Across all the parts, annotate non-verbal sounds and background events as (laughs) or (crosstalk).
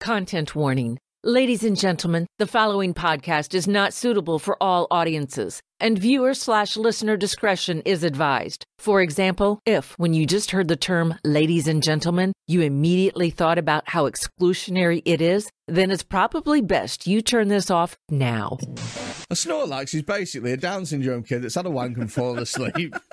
Content warning. Ladies and gentlemen, the following podcast is not suitable for all audiences, and viewer slash listener discretion is advised. For example, if when you just heard the term ladies and gentlemen, you immediately thought about how exclusionary it is, then it's probably best you turn this off now. A Snorlax is basically a Down syndrome kid that's had a wank and fallen asleep. (laughs)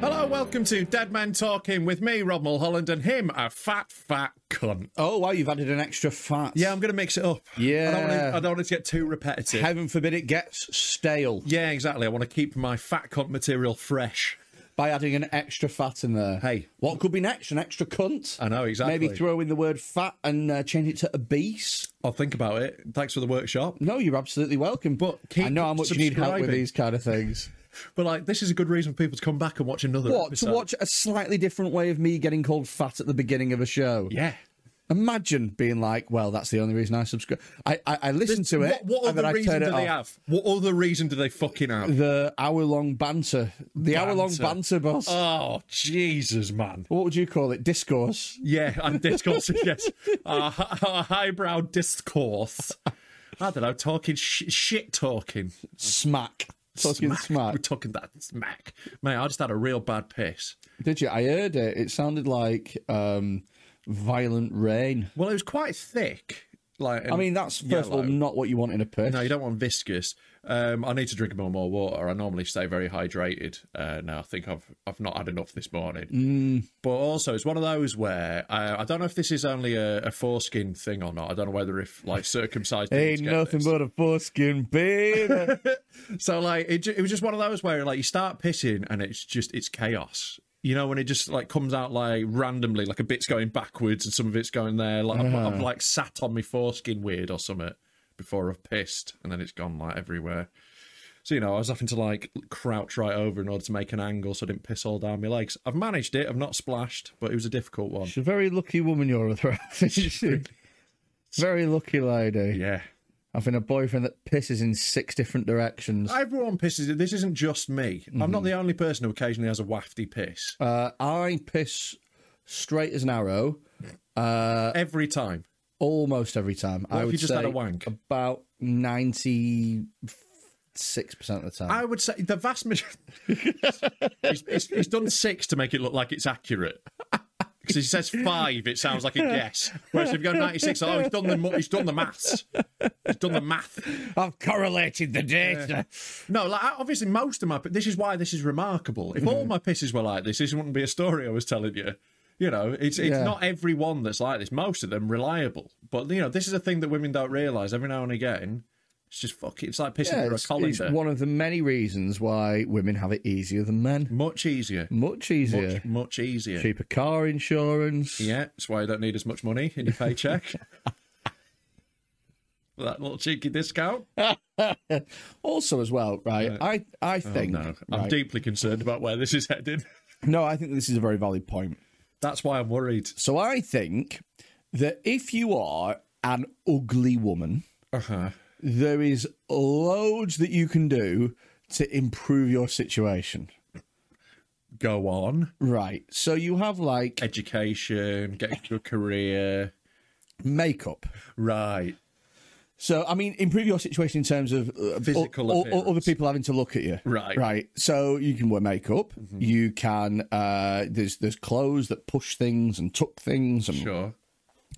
Hello, welcome to Dead Man Talking with me, Rob Mulholland, and him, a fat, fat cunt. Oh wow, you've added an extra fat. Yeah, I'm going to mix it up. I don't, want Yeah. to, I don't want it to get too repetitive. Heaven forbid it gets stale yeah, exactly. I want to keep my fat cunt material fresh. by adding an extra fat in there. Hey. what could be next? An extra cunt? I know, exactly. Maybe throw in the word fat and uh, change it to obese. I'll think about it. Thanks for the workshop. No, you're absolutely welcome. But keep I know how much you need help with subscribing. these kind of things. (laughs) But like, this is a good reason for people to come back and watch another what episode. to watch a slightly different way of me getting called fat at the beginning of a show? Yeah. Imagine being like, well, that's the only reason I subscribe. I I, I listen to it. What, what and then other I reason turn do it they off. have? What other reason do they fucking (laughs) have? The hour long banter. The hour long Banter. banter, boss. Oh, Jesus, man. what would you call it? Discourse. Yeah, and discourse, yes. Our, hi- our highbrow discourse. I don't know, talking sh- shit talking. Smack. Talking smack. We're talking that smack. Mate, I just had a real bad piss. Did you? I heard it. It sounded like um, violent rain. Well, it was quite thick. Like, I mean, that's first of all yellow. not what you want in a piss. No, you don't want viscous. Um, I need to drink more, more water. I normally stay very hydrated. Uh, now I think I've I've not had enough this morning. Mm. But also, it's one of those where uh, I don't know if this is only a, a foreskin thing or not. I don't know whether if like circumcised. dudes Ain't get nothing this. but a foreskin, baby. So like it, ju- it was just one of those where like you start pissing and it's just it's chaos. You know when it just like comes out like randomly, like a bit's going backwards and some of it's going there. Like I've, I've like sat on my foreskin weird or something before I've pissed and then it's gone like everywhere. So you know I was having to like crouch right over in order to make an angle so I didn't piss all down my legs. I've managed it. (laughs) I've not splashed, but it was a difficult one. She's a very lucky woman you're with, (laughs) Ralph. (laughs) isn't she? very lucky lady. Yeah. Having a boyfriend that pisses in six different directions. Everyone pisses. This isn't just me. I'm not the only person who occasionally has a wafty piss. Uh, I piss straight as an arrow uh, Every time. almost every time. I if would you just say had a wank? about ninety-six percent of the time. I would say the vast majority. he's, he's- (laughs) he's done six to make it look like it's (laughs) accurate. Because he says five, it sounds like a guess. Whereas if you go ninety six, oh, he's done the mu- he's done the maths. He's done the math. I've correlated the data. No, like I- obviously most of my. This is why this is remarkable. If Mm-hmm. all my pisses were like this, this wouldn't be a story I was telling you. You know, it's it's Yeah. not every one that's like this. Most of them reliable, but you know, this is a thing that women don't realise. Every now and again, It's just fucking. It's like pissing Yeah, through a it's, it's colander. one of the many reasons why women have it easier than men. much easier. Much easier. Much much easier. Cheaper car insurance. Yeah, that's why you don't need as much money in your (laughs) paycheck. (laughs) that little cheeky discount. also, as well, right? I I think Oh, No, I'm right, deeply concerned about where this is headed. no, I think this is a very valid point. That's why I'm worried. So I think that if you are an ugly woman, Uh-huh. there is loads that you can do to improve your situation. Go on. Right. So you have like Education, get into a career. makeup. Right. So I mean, improve your situation in terms of uh, Physical o- o- appearance. other people having to look at you. Right. Mm-hmm. Right. So you can wear makeup. You can. Uh, there's there's clothes that push things and tuck things and Sure.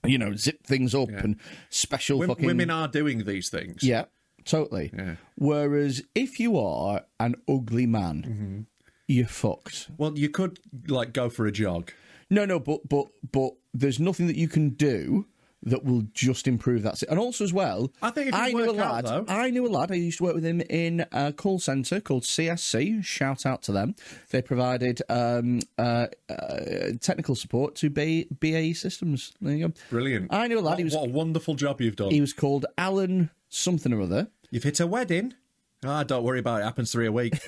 you know zip things up and special Wom- fucking Women are doing these things. Yeah, totally. Whereas if you are an ugly man, Mm-hmm. you're fucked. Well, you could like go for a jog. No, no, but but but there's nothing that you can do that will just improve that. si- And also as well, I think it can I knew a work out, lad. though. I knew a lad. I used to work with him in a call center called CSC. Shout out to them. They provided um, uh, uh, technical support to B- BAE Systems. There you go. Brilliant. I knew a lad. What, he was what a wonderful job you've done. he was called Alan something or other. You've hit a wedding. Ah, don't worry about it. Happens three a (laughs) week.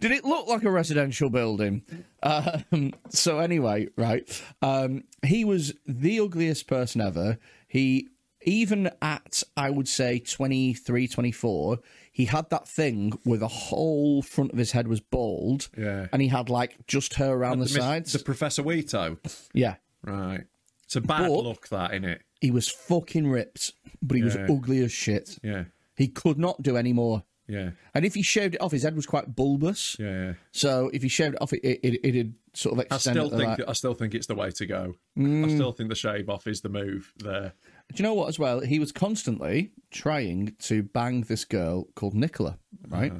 Did it look like a residential building? Um, so anyway, right. Um, he was the ugliest person ever. He even at I would say 23, 24, he had that thing where the whole front of his head was bald. Yeah. And he had like just hair around the, Miss- sides. The Professor Weto. yeah. Right. It's a bad But- look, that, isn't it? He was fucking ripped, but he was ugly as shit. Yeah. He could not do any more. Yeah. And if he shaved it off, his head was quite bulbous. Yeah. yeah. So if he shaved it off, it, it, it'd sort of I extend still at the Mm. think back. I still think it's the way to go. I still think the shave off is the move there. Do you know what? As well, he was constantly trying to bang this girl called Nicola, right?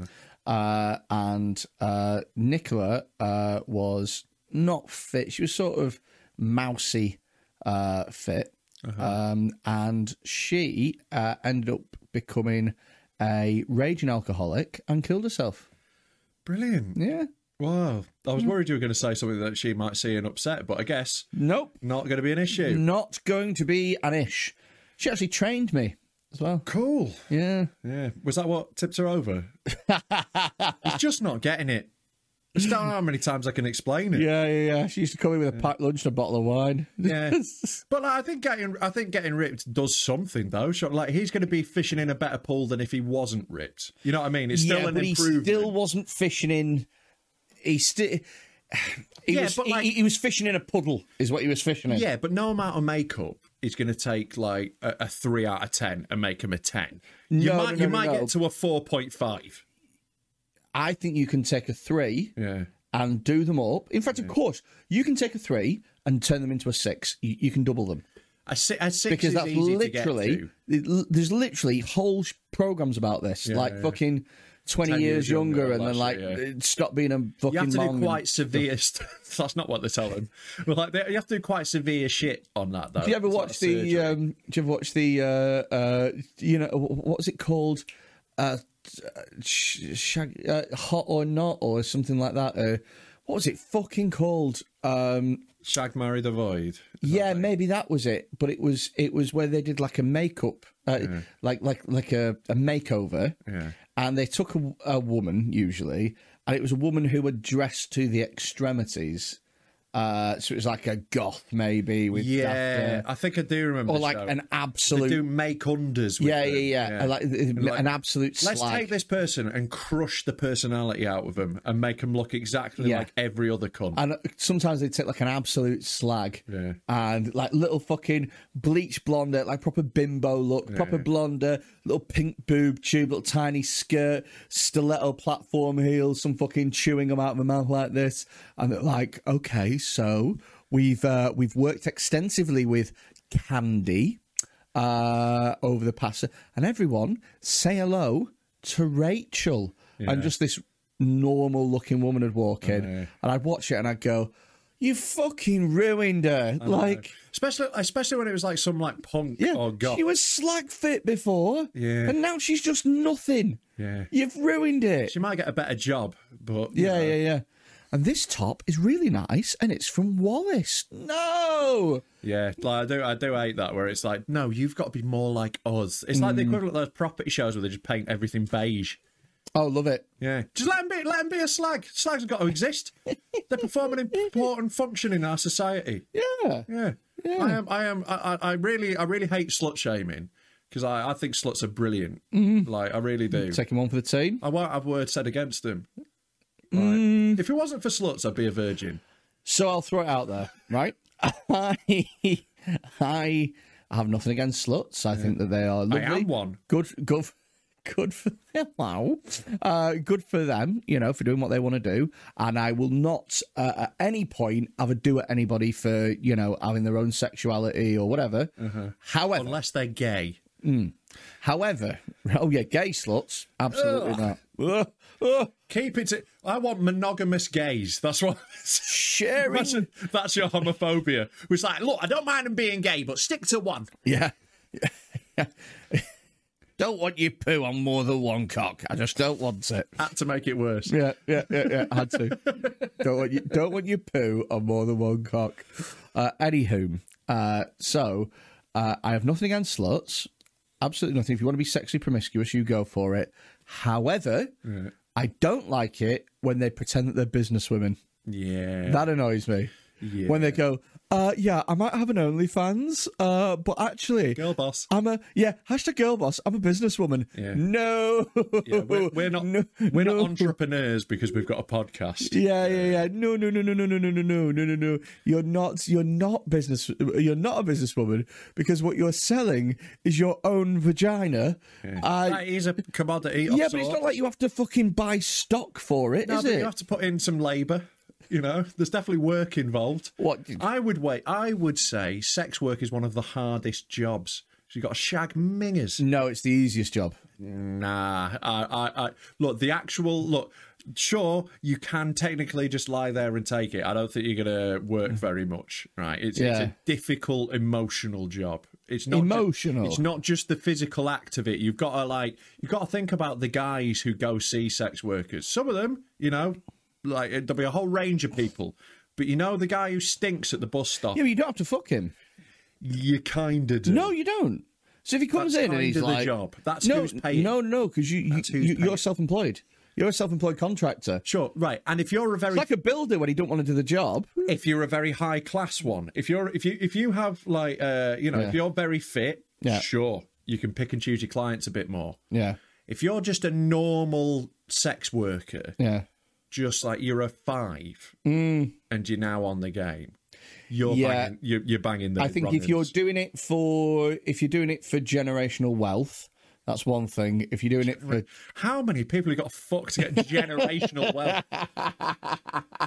uh and uh, Nicola uh, was not fit. She was sort of mousy uh, fit, um, and she uh, ended up becoming a raging alcoholic and killed herself. Brilliant. Yeah. Mm. Wow. I was worried you were going to say something that she might see and upset, but I guess Nope. not going to be an issue. Not going to be an ish. She actually trained me as well. Cool. Yeah. Yeah. Was that what tipped her (laughs) over? He's just not getting it. I just don't know how many times I can explain it. Yeah, yeah, yeah. She used to come in with a packed lunch and a bottle of wine. Yeah. (laughs) but like, I think getting I think getting ripped does something though. Sure, like he's going to be fishing in a better pool than if he wasn't ripped. You know what I mean? It's still yeah, an but improvement. he still wasn't fishing in. He still. He, Yeah, was, but he- like- he, was fishing in a puddle, is what he was fishing in. yeah, but no amount of makeup is going to take like a, a three out of ten and make him a ten. you No, might no, no, you no, might no. get to a four point five. I think you can take a three Yeah. and do them up. In fact, of course, you can take a three and turn them into a six. You, you can double them A, si- a six because is that's easy to get literally to. there's literally whole programs about this, like fucking twenty 10 years, years younger, younger, and then that's like it, yeah. uh, stop being a fucking You have to mong do and- quite severe. St- (laughs) that's not what they tell them. Well, like they, you have to do quite severe shit on that though. Do you ever Uh, It's watch like the? surgery. Um, do you ever watch the? Uh, uh, you know wh- what was it called? Uh, sh- shag, uh, hot or not or something like that. Uh, what was it fucking called? Um, Shag marry the void? yeah, maybe that was it. But it was it was where they did like a makeup, uh, like like like a, a makeover, and they took a, a woman usually, and it was a woman who had dressed to the extremities. Uh, so it was like a goth maybe with daft hair Yeah, I think I do remember. or the like show. an They absolute do make unders. With yeah, yeah them. yeah And like, an like, absolute Let's slag. take this person and crush the personality out of them and make them look exactly Yeah. like every other cunt. and uh, sometimes they take like an absolute slag Yeah. and like little fucking bleach blonde, like proper bimbo look, proper blonde, little pink boob tube, little tiny skirt, stiletto platform heels, some fucking chewing them out of her mouth like this. And they're like, okay, so we've uh, we've worked extensively with Candy uh, over the past, and everyone say hello to Oh, Rachel, and just this normal looking woman would walk in, and I'd watch it and I'd go, you fucking ruined her. I know. Like, especially especially when it was like some like punk yeah, or goth. she was slag fit before, Oh, Yeah. and now she's just nothing. Yeah. You've ruined it. She might get a better job, but you yeah, know. yeah, yeah. And this top is really nice, and it's from Wallace. No, Yeah, like I do, I do hate that where it's like, no, you've got to be more like us. It's like the Mm. equivalent of those property shows where they just paint everything beige. oh, love it. Yeah, just let him be, let him be a slag. Slags have got to (laughs) exist. They're performing an important function in our society. Yeah, Yeah, I am, I am, I, I- I really, I really hate slut shaming because I, I think sluts are brilliant. Like I really do. Mm. take him on for the team. I won't have words said against them. Like, Mm. If it wasn't for sluts, I'd be a virgin. So I'll throw it out there, right? (laughs) I, I have nothing against sluts. I think that they are lovely. am one. Good, good, good for them. (laughs) Wow. Uh, good for them, you know, for doing what they want to do. And I will not uh, at any point have a do at anybody for, you know, having their own sexuality or whatever. Uh-huh. However, Unless they're gay. however, (laughs) oh yeah, gay sluts, absolutely not. Keep it. To, I want monogamous gays. That's what. (laughs) Sharing. Imagine that's your homophobia. It's like, look, I don't mind them being gay, but stick to one. Yeah. (laughs) don't want you poo on more than one cock. I just don't want it. Had to make it worse. Yeah, yeah, yeah, yeah. I had to. don't want you. Don't want you poo on more than one cock. Uh, anywho, uh, so uh, I have nothing against sluts. Absolutely nothing. If you want to be sexually promiscuous, you go for it. However, I don't like it when they pretend that they're businesswomen. Yeah. That annoys me. When they go, uh, yeah, I might have an OnlyFans, uh, but actually, Girl boss. I'm a yeah hashtag girl boss. I'm a businesswoman. Yeah. No, Yeah, we're, we're not No. we're No. not entrepreneurs because we've got a podcast. Yeah, yeah, yeah. No, no, no, no, no, no, no, no, no, no, no, no. You're not. You're not business. You're not a businesswoman because what you're selling is your own vagina. Uh, That is a commodity. of yeah, but it's sort. not like you have to fucking buy stock for it, No, is but it? You have to put in some labour. You know, there's definitely work involved. What did- I would wait. I would say sex work is one of the hardest jobs. So you got to shag mingers. No, it's the easiest job. Nah, I, I, I look the actual look. Sure, you can technically just lie there and take it. I don't think you're going to work very much, right? It's, it's Mm. Yeah. a difficult emotional job. It's not ju- Emotional. it's not just the physical act of it. You've got to like you've got to think about the guys who go see sex workers. Some of them, you know, like there'll be a whole range of people. But you know the guy who stinks at the bus stop. Yeah, but you don't have to fuck him. you kind of Oh. do. No, you don't. So if he comes That's in and he's kinda the like, job. That's no, who's paying. No, no, because you, you, That's who's you you're paying. self-employed. You're a self-employed contractor. Sure, right. And if you're a very It's like a builder when he don't want to do the job. if you're a very high class one if you're if you if you have like uh you know if you're very fit Yeah. sure you can pick and choose your clients a bit more Yeah, if you're just a normal sex worker yeah. just like you're a five and you're now on the game you're Mm. Yeah. banging you're, you're banging the I think if wrong you're ends. doing it for if you're doing it for generational wealth, that's one thing. If you're doing it (laughs) for how many people have got fucked to get (laughs) generational wealth?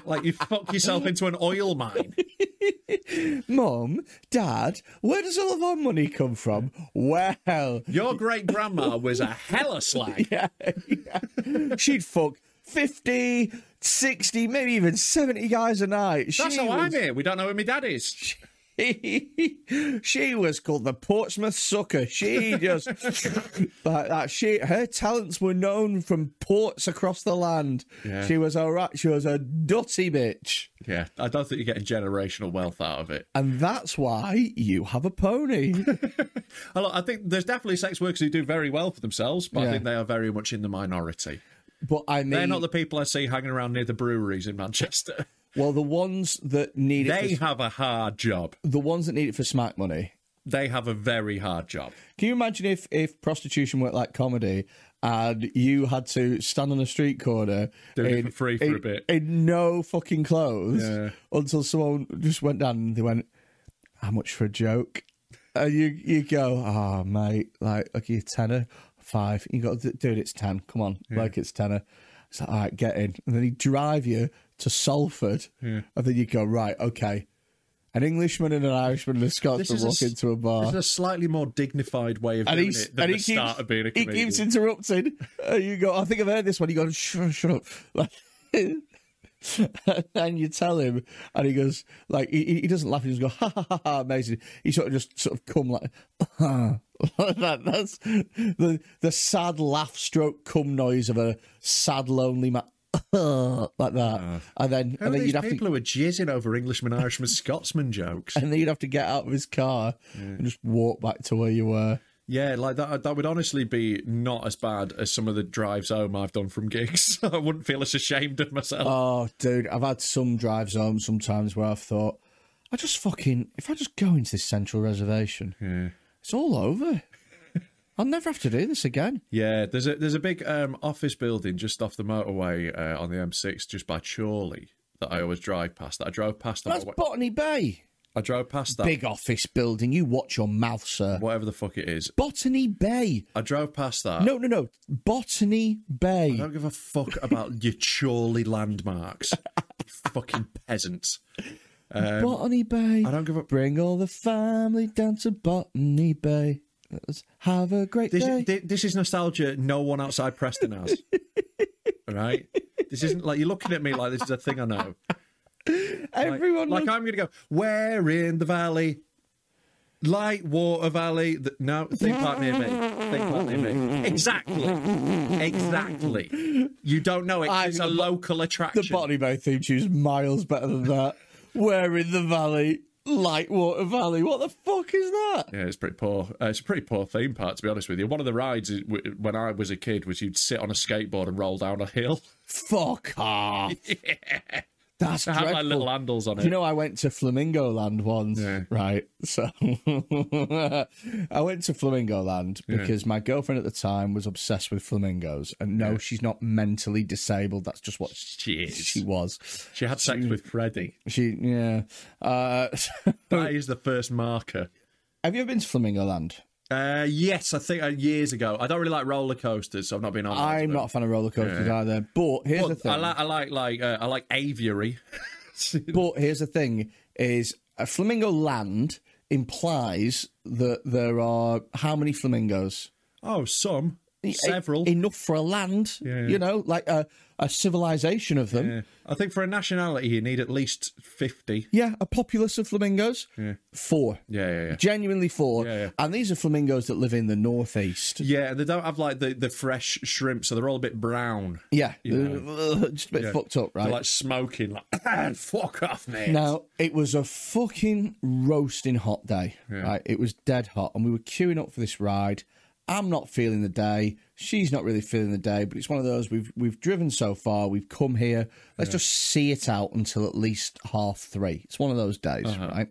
like you fuck yourself into an oil mine. mum, dad, where does all of our money come from? Well, Your great grandma was a hella slag. she'd fuck 50, 60, maybe even 70 guys a night. That's she how I'm was, here. We don't know who my dad is. (laughs) she was called the Portsmouth Sucker. She (laughs) just like that. She her talents were known from ports across the land. Yeah. She was all right. She was a dutty bitch. Yeah, I don't think you're getting generational wealth out of it. And that's why you have a pony. (laughs) I, look, I think there's definitely sex workers who do very well for themselves, but Yeah. I think they are very much in the minority. But I mean, They're not the people I see hanging around near the breweries in Manchester. well, the ones that need They (laughs) it, for, have a hard job. the ones that need it for smack money. They have a very hard job. Can you imagine if if prostitution worked like comedy, and you had to stand on a street corner Doing it for free for in- a bit. in no fucking clothes Yeah. until someone just went down and they went, "How much for a joke?" And you you go, "Ah, mate, like like you tenner, five. You got dude, it's ten. Come on, like it's tenner." It's like, all right, get in, and then he drive you to Salford, and then you go, right, okay. An Englishman and an Irishman and a Scotsman walk s- into a bar this is a slightly more dignified way of and doing he's it than and the he keeps, start of being a he comedian. keeps interrupting. Uh, you go, I think I've heard this one. You go, shut, shut up. Like, (laughs) and you tell him, and he goes like he, he- he doesn't laugh. He just goes ha ha ha ha, amazing. He sort of just sort of come like (laughs) that. That's the the sad laugh stroke cum noise of a sad lonely man (laughs) like that. and then Uh, Who and are then these you'd have people to who are jizzing over Englishmen, Irishmen, Scotsmen jokes? (laughs) and then you'd have to get out of his car and just walk back to where you were. Yeah, like that. That would honestly be not as bad as some of the drives home I've done from gigs. (laughs) I wouldn't feel as ashamed of myself. Oh, dude, I've had some drives home sometimes where I've thought, I just fucking, if I just go into this central reservation, it's all over. I'll never have to do this again. Yeah, there's a there's a big um, office building just off the motorway uh, on the M6, just by Chorley, that I always drive past. That I drove past. on my That's way- Botany Bay. I drove past that. Big office building. You watch your mouth, sir. Whatever the fuck it is, Botany Bay. I drove past that. No, no, no. Botany I Bay. don't give a fuck about your Chorley (laughs) landmarks. you fucking peasants. Botany Bay. um, I don't give a- Bring all the family down to Botany Bay. Let's have a great This, day. thi- this is nostalgia no one outside Preston (laughs) has. right? This isn't like you're looking at me like this is a thing I know. Everyone Like loves- I'm going to go, where in the valley? Light Water Valley. Th- no, think park near me. Think park near me. Exactly. Exactly. You don't know it. I- It's a local attraction. The Botany Bay theme tune's miles better than that. We're in the valley, Lightwater Valley. What the fuck is that? Yeah, it's pretty poor. Uh, it's a pretty poor theme park, to be honest with you. One of the rides is, w- when I was a kid was you'd sit on a skateboard and roll down a hill. (laughs) Fuck off. That's I had dreadful. like little handles on Do it. you know I went to Flamingo Land once, right? So (laughs) I went to Flamingo Land because my girlfriend at the time was obsessed with flamingos, and no, she's not mentally disabled. That's just what She is. she was. She had sex with Freddie. She yeah. Uh, (laughs) That is the first marker. have you ever been to Flamingo Land? Uh, yes, I think uh, years ago. I don't really like roller coasters, so I've not been on. I'm not a fan of roller coasters either. But here's the But thing: I like, I like, like, uh, I like aviary. But here's the thing: is a flamingo land implies that there are how many flamingos? Oh, some, several. E- enough for a land, Yeah. you know, like a, a civilization of them. Yeah. Yeah. I think for a nationality, you need at least fifty. a populace of flamingos. Four, Yeah, yeah, yeah. genuinely four. Yeah, yeah. And these are flamingos that live in the northeast. Yeah, and they don't have like the, the fresh shrimp, so they're all a bit brown. Yeah, they're- (laughs) just a bit fucked up, They're right? like smoking, like (laughs) fuck off, mate. Now it was a fucking roasting hot day. Right, it was dead hot, and we were queuing up for this ride. I'm not feeling the day. She's not really feeling the day, but it's one of those we've we've driven so far. We've come here. Let's just see it out until at least half three. It's one of those days, right?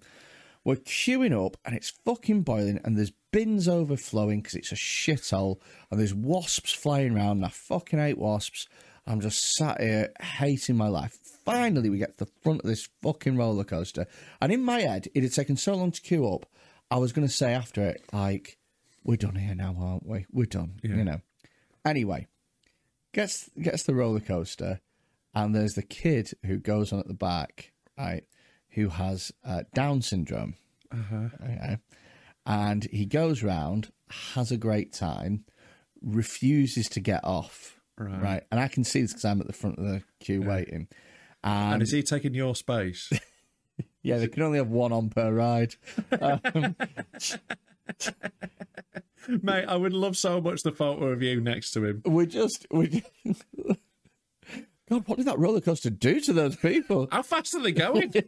We're queuing up, and it's fucking boiling, and there's bins overflowing because it's a shithole, and there's wasps flying around. And I fucking hate wasps. I'm just sat here hating my life. Finally, we get to the front of this fucking roller coaster. And in my head, it had taken so long to queue up. I was going to say after it, like, we're done here now, aren't we? We're done, you know. Anyway, gets gets the roller coaster, and there's the kid who goes on at the back, right, who has uh, Down syndrome. Okay. And he goes round, has a great time, refuses to get off. Right. And I can see this because I'm at the front of the queue waiting. and is he taking your (laughs) space? Yeah, they can only have one on per ride. Mate, I would love so much the photo of you next to him. We're just, we. (laughs) God, what did that roller coaster do to those people? How fast are they (laughs) going? so,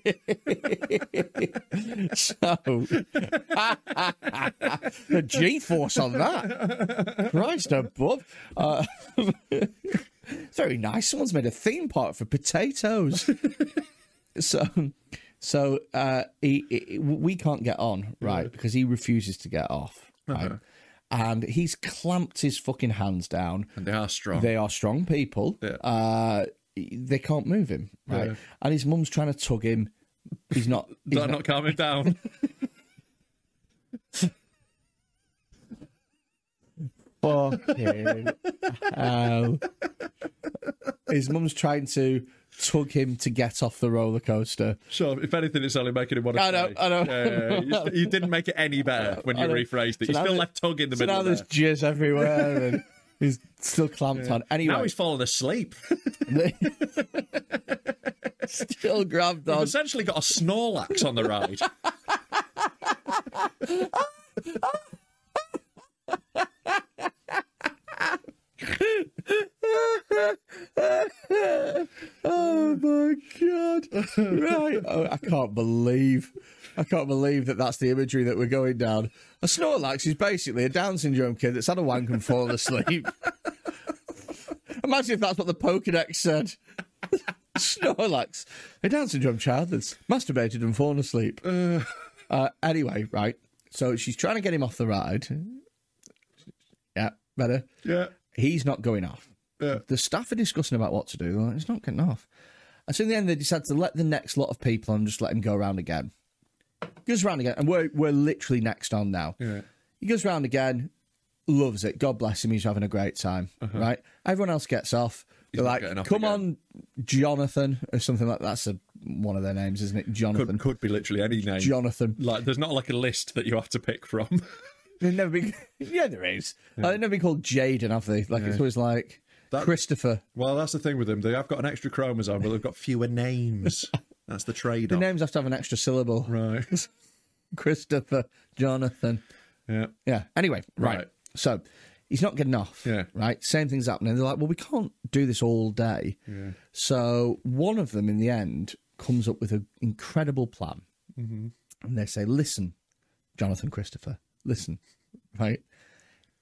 the G force on that. Christ above. Uh, (laughs) very nice. Someone's made a theme park for potatoes. so, so uh, he, he- we can't get on, right? Because he refuses to get off, right? Uh-huh. And he's clamped his fucking hands down. and they are strong. They are strong people. Uh, they can't move him, right? And his mum's trying to tug him. He's not. He's They're not calming (laughs) down. Fucking hell. His mum's trying to tug him to get off the roller coaster. Sure, if anything, it's only making him want to. I know, play. I know. Yeah, yeah, yeah. You, you didn't make it any better when you I know. rephrased it. So you now still there- left Tug in the so middle. now there. there's jizz everywhere and (laughs) he's still clamped on. Anyway, now he's fallen asleep. (laughs) Still grabbed We've on. essentially got a Snorlax on the ride. oh my god! Right, oh, I can't believe, I can't believe that that's the imagery that we're going down. A Snorlax is basically a Down syndrome kid that's had a wank and fallen asleep. (laughs) Imagine if that's what the Pokedex said. (laughs) Snorlax, a Down syndrome child that's masturbated and fallen asleep. Uh, anyway, right. So she's trying to get him off the ride. Yeah, better. (laughs) yeah. He's not going off. The staff are discussing about what to do. They're like, it's not getting off. And so in the end, they decide to let the next lot of people on, just let him go around again. Goes round again, and we're we're literally next on now. He goes round again, loves it. God bless him. He's having a great time. Right. Everyone else gets off. They're Uh-huh. not like, getting off come again." on, Jonathan, or something like that. That's a, one of their names, isn't it? Jonathan. Could, could be literally any name. Jonathan. Like, there's not like a list that you have to pick from. They've never been. (laughs) yeah, there is. Uh, they've never been called Jaden, have they? Like it's always like That- Christopher. (laughs) well, that's the thing with them. They have got an extra chromosome, but they've got fewer names. (laughs) That's the trade The off. names have to have an extra syllable. right. Christopher, Jonathan. Yeah. Yeah. Anyway, right. Right. So he's not getting off. Yeah. Right. Same thing's happening. They're like, well, we can't do this all day. So one of them in the end comes up with an incredible plan. And they say, listen, Jonathan Christopher, listen, right?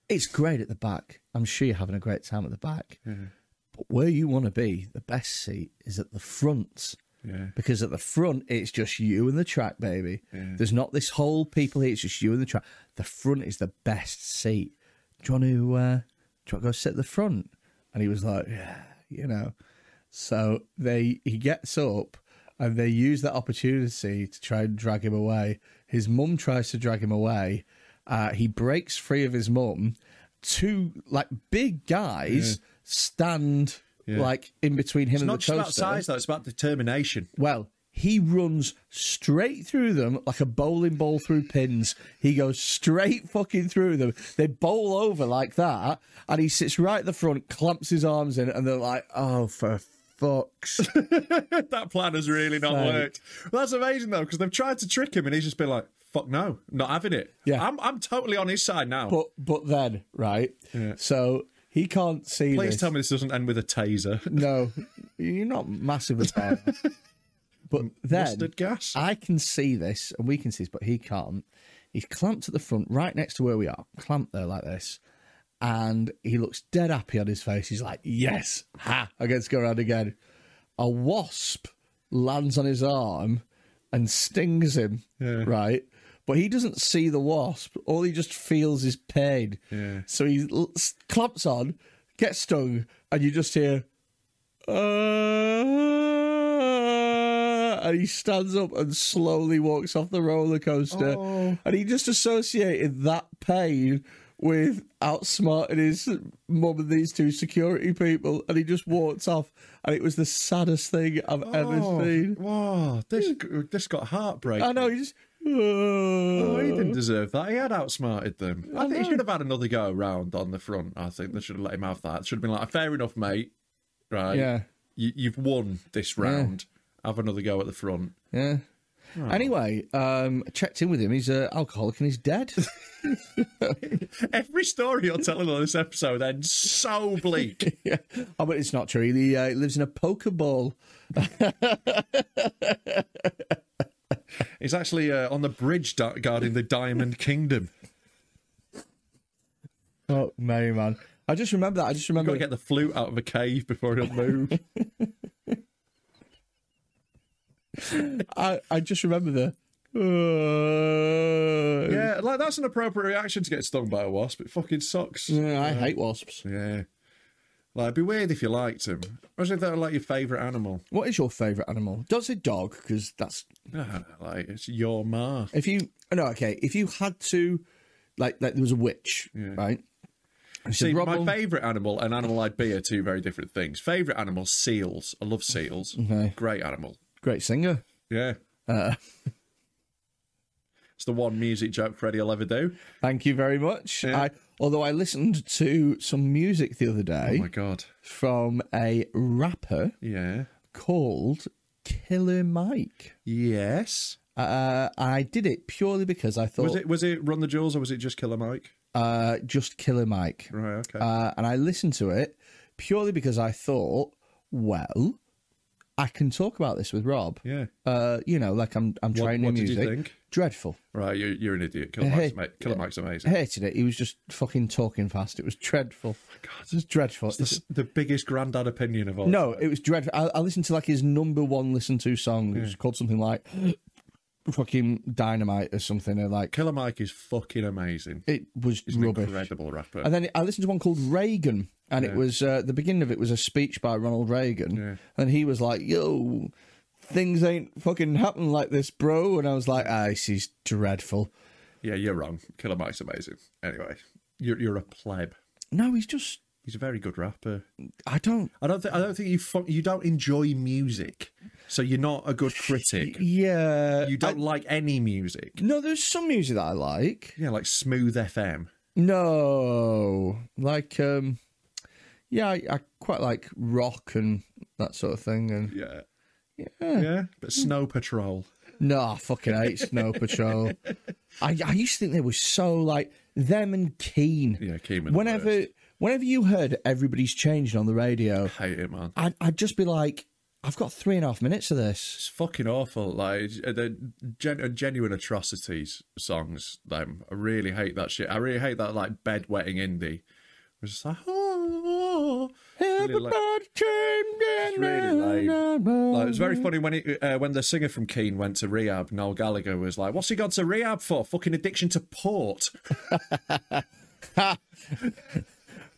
It's great at the back. I'm sure you're having a great time at the back. But where you want to be, the best seat is at the front. Yeah. Because at the front, it's just you and the track, baby. There's not this whole people here. It's just you and the track. The front is the best seat. Do you want to, uh, do you want to go sit at the front? And he was like, yeah, you know. So they he gets up and they use that opportunity to try and drag him away. His mum tries to drag him away. Uh, he breaks free of his mum. Two like big guys stand like in between him It's and not the just coaster. about size, though. It's about determination. Well, he runs straight through them like a bowling ball through pins. He goes straight fucking through them. They bowl over like that, and he sits right at the front, clamps his arms in, and they're like, "Oh, for (laughs) (laughs) fuck's that plan has really not Fake. worked. Well, that's amazing though, because they've tried to trick him, and he's just been like, "Fuck no, not having it." Yeah. I'm, I'm totally on his side now. But but then, right? So he can't see Please this. tell me this doesn't end with a taser. No, you're not massively (laughs) bad. but then Mustard gas? I can see this, and we can see this, but he can't. He's clamped at the front, right next to where we are, clamped there like this, and he looks dead happy on his face. He's like, "Yes, ha!" I get to go around again. A wasp lands on his arm and stings him, right? But he doesn't see the wasp. All he just feels is pain. So he l- s- clamps on, gets stung, and you just hear, Uh, "Ah," and he stands up and slowly walks off the roller coaster. Oh. And he just associated that pain with outsmarting his mum and these two security people, and he just walked off. And it was the saddest thing I've ever seen. Wow, Oh, this this got heartbreaking. I know, he just. Oh, he didn't deserve that. He had outsmarted them. I, I think know. he should have had another go round on the front. I think they should have let him have that. Should have been like, "Fair enough, mate. Right? Yeah. you, you've won this round. Have another go at the front." Yeah. uh. Oh. Anyway, um, I checked in with him. He's an alcoholic and he's dead. (laughs) (laughs) Every story you're telling on this episode ends so bleak. (laughs) yeah. Oh, but it's not true. He, uh, lives in a pokeball. He's actually uh, on the bridge da- guarding the Diamond Kingdom. Oh, no, man. I just remember that. I just You've got remember. to get the flute out of a cave before (laughs) it'll move. I, I just remember the. yeah, like that's an appropriate reaction to get stung by a wasp. It fucking sucks. Yeah, I hate wasps. Yeah. Like, it'd be weird if you liked them. Imagine if they were like your favourite animal. (laughs) What is your favourite animal? Don't say dog, because that's Ah, like, it's your ma. if you no okay. If you had to, like, like there was a witch, right? And she See, said, my "Robbo." favourite animal and animal I'd be are two very different things. Favourite animal, seals. I love seals. Great animal. great singer. Yeah. Uh, It's the one music joke Freddie will ever do. Thank you very much. Yeah. I, although I listened to some music the other day Oh my God. from a rapper Yeah. called Killer Mike. Yes. Uh, I did it purely because I thought Was it was it Run the Jewels or was it just Killer Mike? Uh, just Killer Mike. Right. Okay. Uh, and I listened to it purely because I thought, well, I can talk about this with Rob. yeah. Uh, you know, like I'm I'm trying new what did you music. think? Dreadful. Right. You're, you're an idiot. Killer Hey. Mike's, ama- Killer Mike's amazing. Hated it. He was just fucking talking fast. It was dreadful. it was dreadful. Oh It's the, the biggest granddad opinion of all. No, it was dreadful. I, I listened to like his number one listen to song. It was called something like (gasps) fucking dynamite or something. Or like Killer Mike is fucking amazing. it was He's an rubbish. incredible rapper. And then I listened to one called Reagan, and it was uh, the beginning of it was a speech by Ronald Reagan, and he was like, "Yo, things ain't fucking happen like this, bro." And I was like, "Ah, this is dreadful." yeah, you're wrong. Killer Mike's amazing. Anyway, you're you're a pleb. No, he's just. He's a very good rapper. I don't. I don't think I don't think you fu- you don't enjoy music, so you're not a good critic. Yeah. You don't I- like any music. no, there's some music that I like. Yeah, like Smooth FM. No, like um, yeah, I, I quite like rock and that sort of thing. And Yeah. Yeah. But Snow Patrol. no, I fucking hate (laughs) Snow Patrol. I I used to think they were so like them and Keen. Yeah, Keen were the Whenever worst. whenever you heard everybody's changing on the radio, Hate it, man. I'd, I'd just be like, I've got three and a half minutes of this. It's fucking awful. Like uh, the gen- uh, genuine atrocities songs. Them. I really hate that shit. I really hate that like bedwetting indie. It's just like oh. Really like- It's really lame. Like, it was very funny when it, uh, when the singer from Keane went to rehab. Noel Gallagher was like, "What's he gone to rehab for? Fucking addiction to port."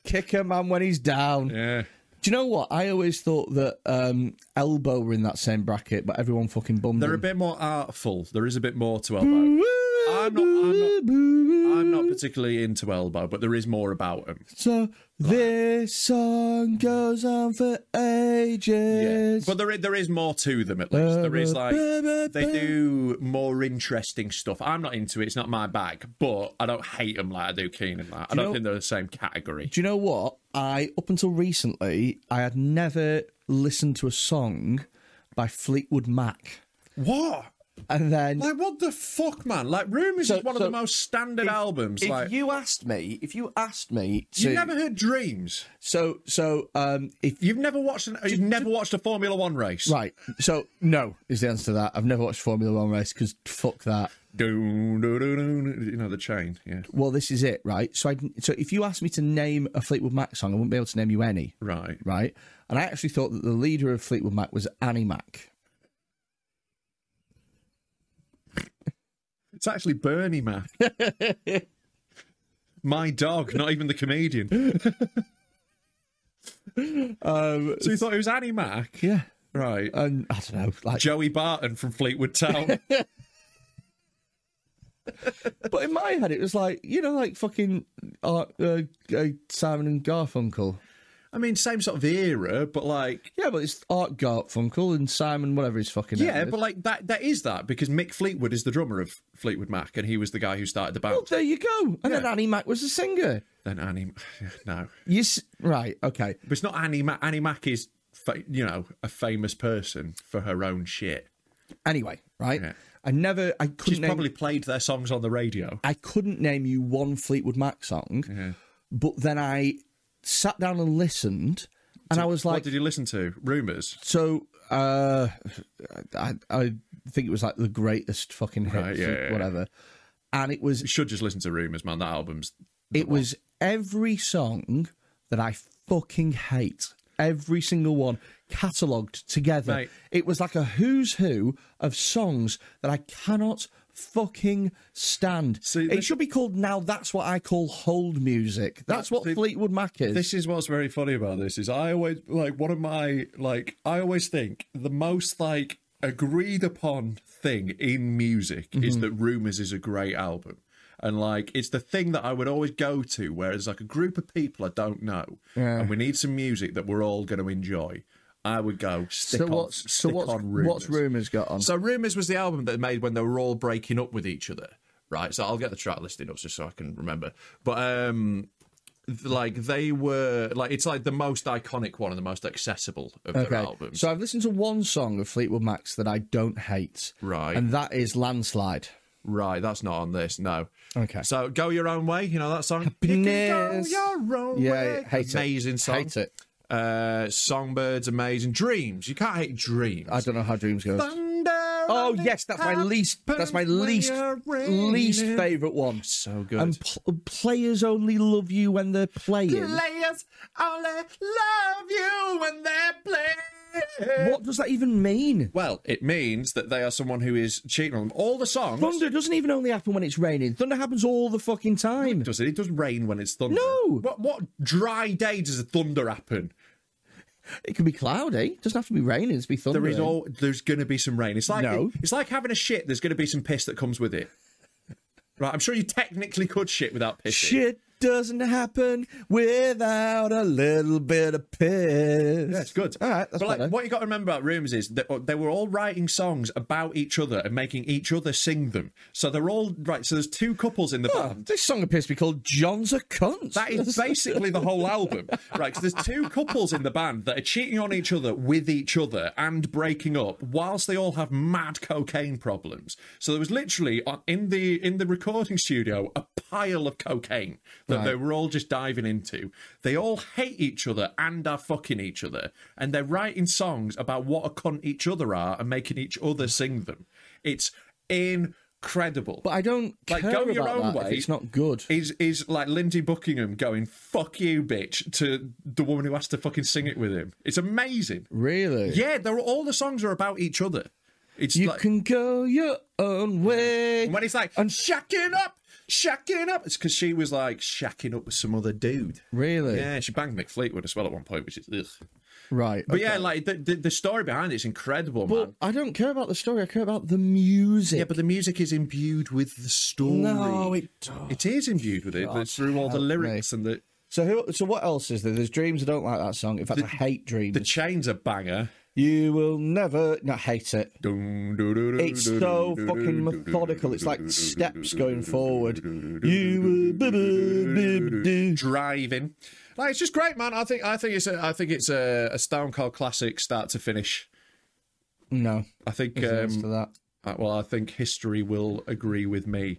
Kick a man when he's down. Yeah, Do you know what? I always thought that um, Elbow were in that same bracket, but everyone fucking bummed they're a them. bit more artful. There is a bit more to elbow. (laughs) I'm not. I'm not, I'm not particularly into elbow, but there is more about him. So this song goes on for Yeah, ages. but there is, there is more to them at least. There is like they do more interesting stuff. I'm not into it; it's not my bag. But I don't hate them like I do Keane and that. I you don't know- think they're the same category. Do you know what? I up until recently, I had never listened to a song by Fleetwood Mac, What? and then Like what the fuck, man? Like Rumours So- is one of so the most standard albums. If like you, you asked me, if you asked me to, have never heard Dreams. so so um, if You've never watched an, you've never watched a Formula One race. right, so no is the answer to that. I've never watched Formula One race because fuck that. Dun, dun, dun, dun, you know the chain. Yeah. Well, this is it, right? So I so if you asked me to name a Fleetwood Mac song, I wouldn't be able to name you any, Right. right? And I actually thought that the leader of Fleetwood Mac was Annie Mac. It's actually Bernie (laughs) Mac. My dog, not even the comedian. Um, So you thought it was Annie Mac? yeah, Right. and I don't know, like Joey Barton from Fleetwood Town. But in my head, it was like you know, like fucking uh, uh, uh, Simon and Garfunkel. (laughs) I mean, same sort of era, but like Yeah, but it's Art Garfunkel and Simon, whatever his fucking name Yeah, is. but like that that is that because Mick Fleetwood is the drummer of Fleetwood Mac and he was the guy who started the band. well, there you go. And then Annie Mac was a singer. Then Annie (sighs) no. Yes, right, okay. But it's not Annie Mac. Annie Mac is, fa- you know, a famous person for her own shit. Anyway, right. Yeah. I never, I couldn't She's name, probably played their songs on the radio. I couldn't name you one Fleetwood Mac song. But then I sat down and listened, and I was what like, did you listen to? Rumours. so uh, I, I think it was like the greatest fucking hits, Right, yeah, yeah, yeah. whatever. And it was You should just listen to Rumours, man. That album's. It was every song that I fucking hate. Every single one catalogued together. Mate. It was like a who's who of songs that I cannot fucking stand. See, it this- should be called now. That's what I call hold music. That's what See, Fleetwood Mac is. This is what's very funny about this is I always like one of my like I always think the most like agreed upon thing in music Mm-hmm. is that Rumours is a great album. And like it's the thing that I would always go to where it's like a group of people I don't know and we need some music that we're all going to enjoy. I would go stick so on what's so stick what's on Rumours. what's rumors got on? So Rumours was the album that they made when they were all breaking up with each other, right? So I'll get the track listing up just so I can remember. But um th- like they were like it's like the most iconic one and the most accessible of their Okay. albums. So I've listened to one song of Fleetwood Mac's that I don't hate. Right. And that is Landslide. right, that's not on this. No. Okay. So go your own way. You know that song. Happiness. You can go your own Yeah, way. yeah, hate it. amazing song. Hate it. Uh, Songbirds, amazing. Dreams. You can't hate dreams. I don't know how Dreams goes. Thunder Oh and yes, that's my happens least. That's my when least you're least raining. favorite one. So good. And pl- players only love you when they're playing. Players only love you when they're playing. What does that even mean? Well, it means that they are someone who is cheating on them. All the songs. Thunder doesn't even only happen when it's raining. Thunder happens all the fucking time. Does it? It doesn't rain when it's thunder. No. What what dry day does the thunder happen? It can be cloudy. It doesn't have to be raining. It's be thunder. There is all. There's going to be some rain. It's like No. it's like having a shit. There's going to be some piss that comes with it. Right. I'm sure you technically could shit without pissing. Shit doesn't happen without a little bit of piss. Yeah, it's good. All right, that's but better. like, what you got to remember about Rooms is that uh, they were all writing songs about each other and making each other sing them. So they're all right. So there's two couples in the Oh, band. this song appears to be called John's a cunt. That is basically the whole album, right? 'cause there's two couples in the band that are cheating on each other with each other and breaking up, whilst they all have mad cocaine problems. So there was literally on, in the in the recording studio a pile of cocaine that they were all just diving into. They all hate each other and are fucking each other, and they're writing songs about what a cunt each other are and making each other sing them. It's incredible. (laughs) But I don't Like, care go about your own that if way. it's not good. Is is like Lindy Buckingham going "fuck you, bitch" to the woman who has to fucking sing it with him? It's amazing. really? Yeah, they're all the songs are about each other. It's You like can go your own way. and when it's like and- and shacking up, shacking up. It's because she was like shacking up with some other dude. Really? Yeah, she banged Mick Fleetwood as well at one point, which is ugh. Right. But yeah, okay. like the, the the story behind it's incredible, But man. I don't care about the story. I care about the music. Yeah, but the music is imbued with the story. No, it don't. it is imbued with it God through all the help me. lyrics and the so who? So what else is there? There's dreams. I don't like that song. In fact, I hate dreams. the chains are banger. you will never. No, I hate it. It's It's so fucking methodical. It's like steps going forward. You uh, will. driving. Like it's just great, man. I think I think it's a, I think it's a, a stone cold classic, start to finish. No. I think There's an answer to um, that. uh, well, I think history will agree with me.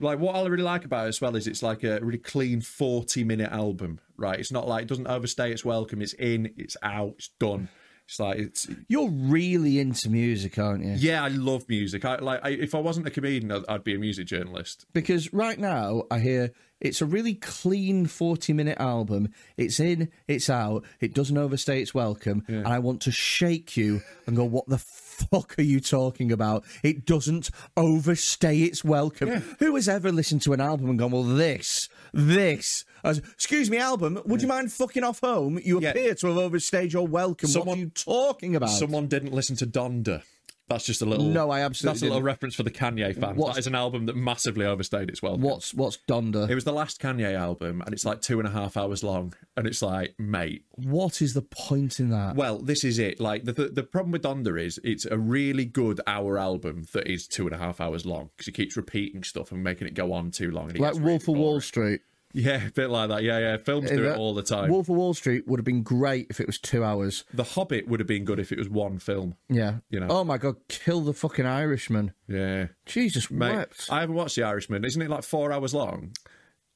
Like what I really like about it as well is it's like a really clean forty minute album, right? It's not like it doesn't overstay its welcome. It's in, it's out, it's done. It's like it's You're really into music, aren't you? yeah. I love music. I like I, if I wasn't a comedian, I'd, I'd be a music journalist. because right now I hear it's a really clean 40 minute album. It's in, it's out, it doesn't overstay its welcome, and I want to shake you and go, What the fuck are you talking about? It doesn't overstay its welcome. Who has ever listened to an album and gone, Well, this, this, as, excuse me, album, would you mind fucking off home? You Yeah. appear to have overstayed your welcome. what Someone- are you talking about? Someone didn't listen to Donda. That's just a little. No, I absolutely That's a little didn't. reference for the Kanye fans. What's- That is an album that massively overstayed its welcome. What's what's Donda? It was the last Kanye album, and it's like two and a half hours long, and it's like, mate. what is the point in that? Well, this is it. Like the the, the problem with Donda is it's a really good hour album that is two and a half hours long because he keeps repeating stuff and making it go on too long. and it like gets really Wolf of Wall boring. Street. Yeah, a bit like that. Yeah, yeah. Films do Yeah, it all the time. Wolf of Wall Street would have been great if it was two hours. The Hobbit would have been good if it was one film. Yeah. You know. Oh my god, kill the fucking Irishman. Yeah. Jesus Mate, wept. I haven't watched The Irishman. Isn't it like four hours long?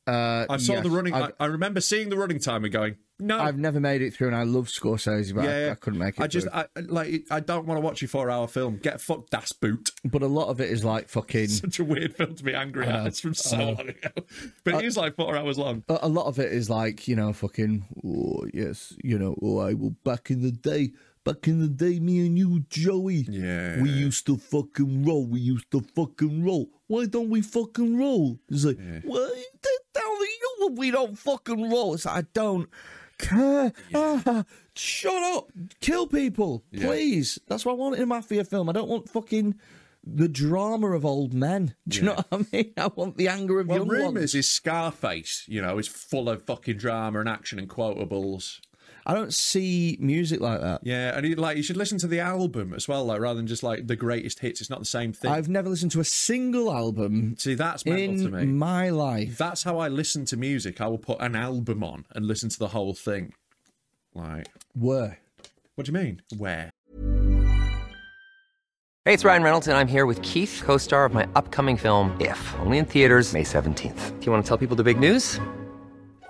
uh, I saw yes, the running. I, I've, I remember seeing the running time and going, "No, I've never made it through, and I love Scorsese, but I, I couldn't make it. I just, through. I, like, I don't want to watch a four-hour film. Get fucked, Das Boot. but a lot of it is like fucking. Such a weird film to be angry I know, at. It's from so I know. long ago, but it is like four hours long. A a lot of it is like you know, fucking. Oh yes, you know. Oh, I will. Back in the day, back in the day, me and you, Joey. Yeah. We used to fucking roll. We used to fucking roll. Why don't we fucking roll? It's like, well, they tell me you that we don't fucking roll. It's like, I don't care. Ah, shut up. Kill people, please. That's what I want in a mafia film. I don't want fucking the drama of old men. Do you know what I mean? I want the anger of Well, young ones. rumors is Scarface. You know, is full of fucking drama and action and quotables. I don't see music like that. Yeah, and you, like you should listen to the album as well, like rather than just like the greatest hits. It's not the same thing. I've never listened to a single album See, that's mental to me. in my life. that's how I listen to music. I will put an album on and listen to the whole thing. Like, Were what do you mean? Where? Hey, it's Ryan Reynolds, and I'm here with Keith, co star of my upcoming film, If, only in theaters, May 17th. Do you want to tell people the big news?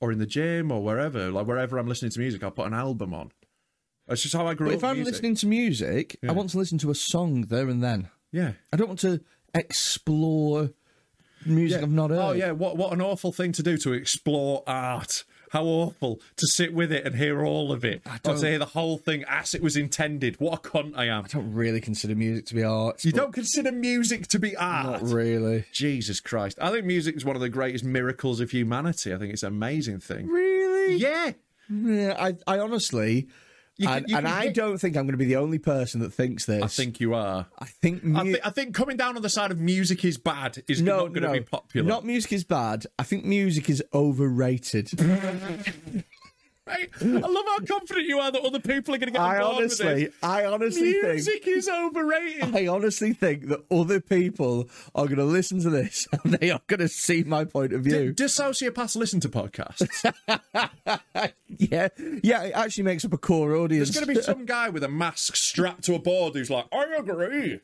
or in the gym or wherever. Like wherever I'm listening to music, I'll put an album on. That's just how I grew But up. if I'm with music. listening to music, Yeah. I want to listen to a song there and then. yeah, I don't want to explore music yeah. I've not heard. Oh yeah, what what an awful thing to do to explore art. How awful to sit with it and hear all of it, or don't- to hear the whole thing as it was intended. What a cunt I am! I don't really consider music to be art. You but don't consider music to be art. Not really. Jesus Christ. I think music is one of the greatest miracles of humanity. I think it's an amazing thing. Really? Yeah. Yeah, I, I honestly, You can- and, you and can I hit- don't think I'm going to be the only person that thinks this. I think you are. I think. I, mu- thi- I think coming down on the side of music is bad is no, not going to no. be popular. Not music is bad. I think music is (laughs) overrated. Right? I love how confident you are that other people are going to get on I board with honestly, it. I honestly Music is overrated. think, (laughs) I honestly think that other people are going to listen to this (laughs) and they are going to see my point of Do, view. do sociopaths listen to (laughs) podcasts? yeah, yeah, it actually makes up a core audience. There's going to be some guy with a mask strapped to a board who's like, I (laughs) agree.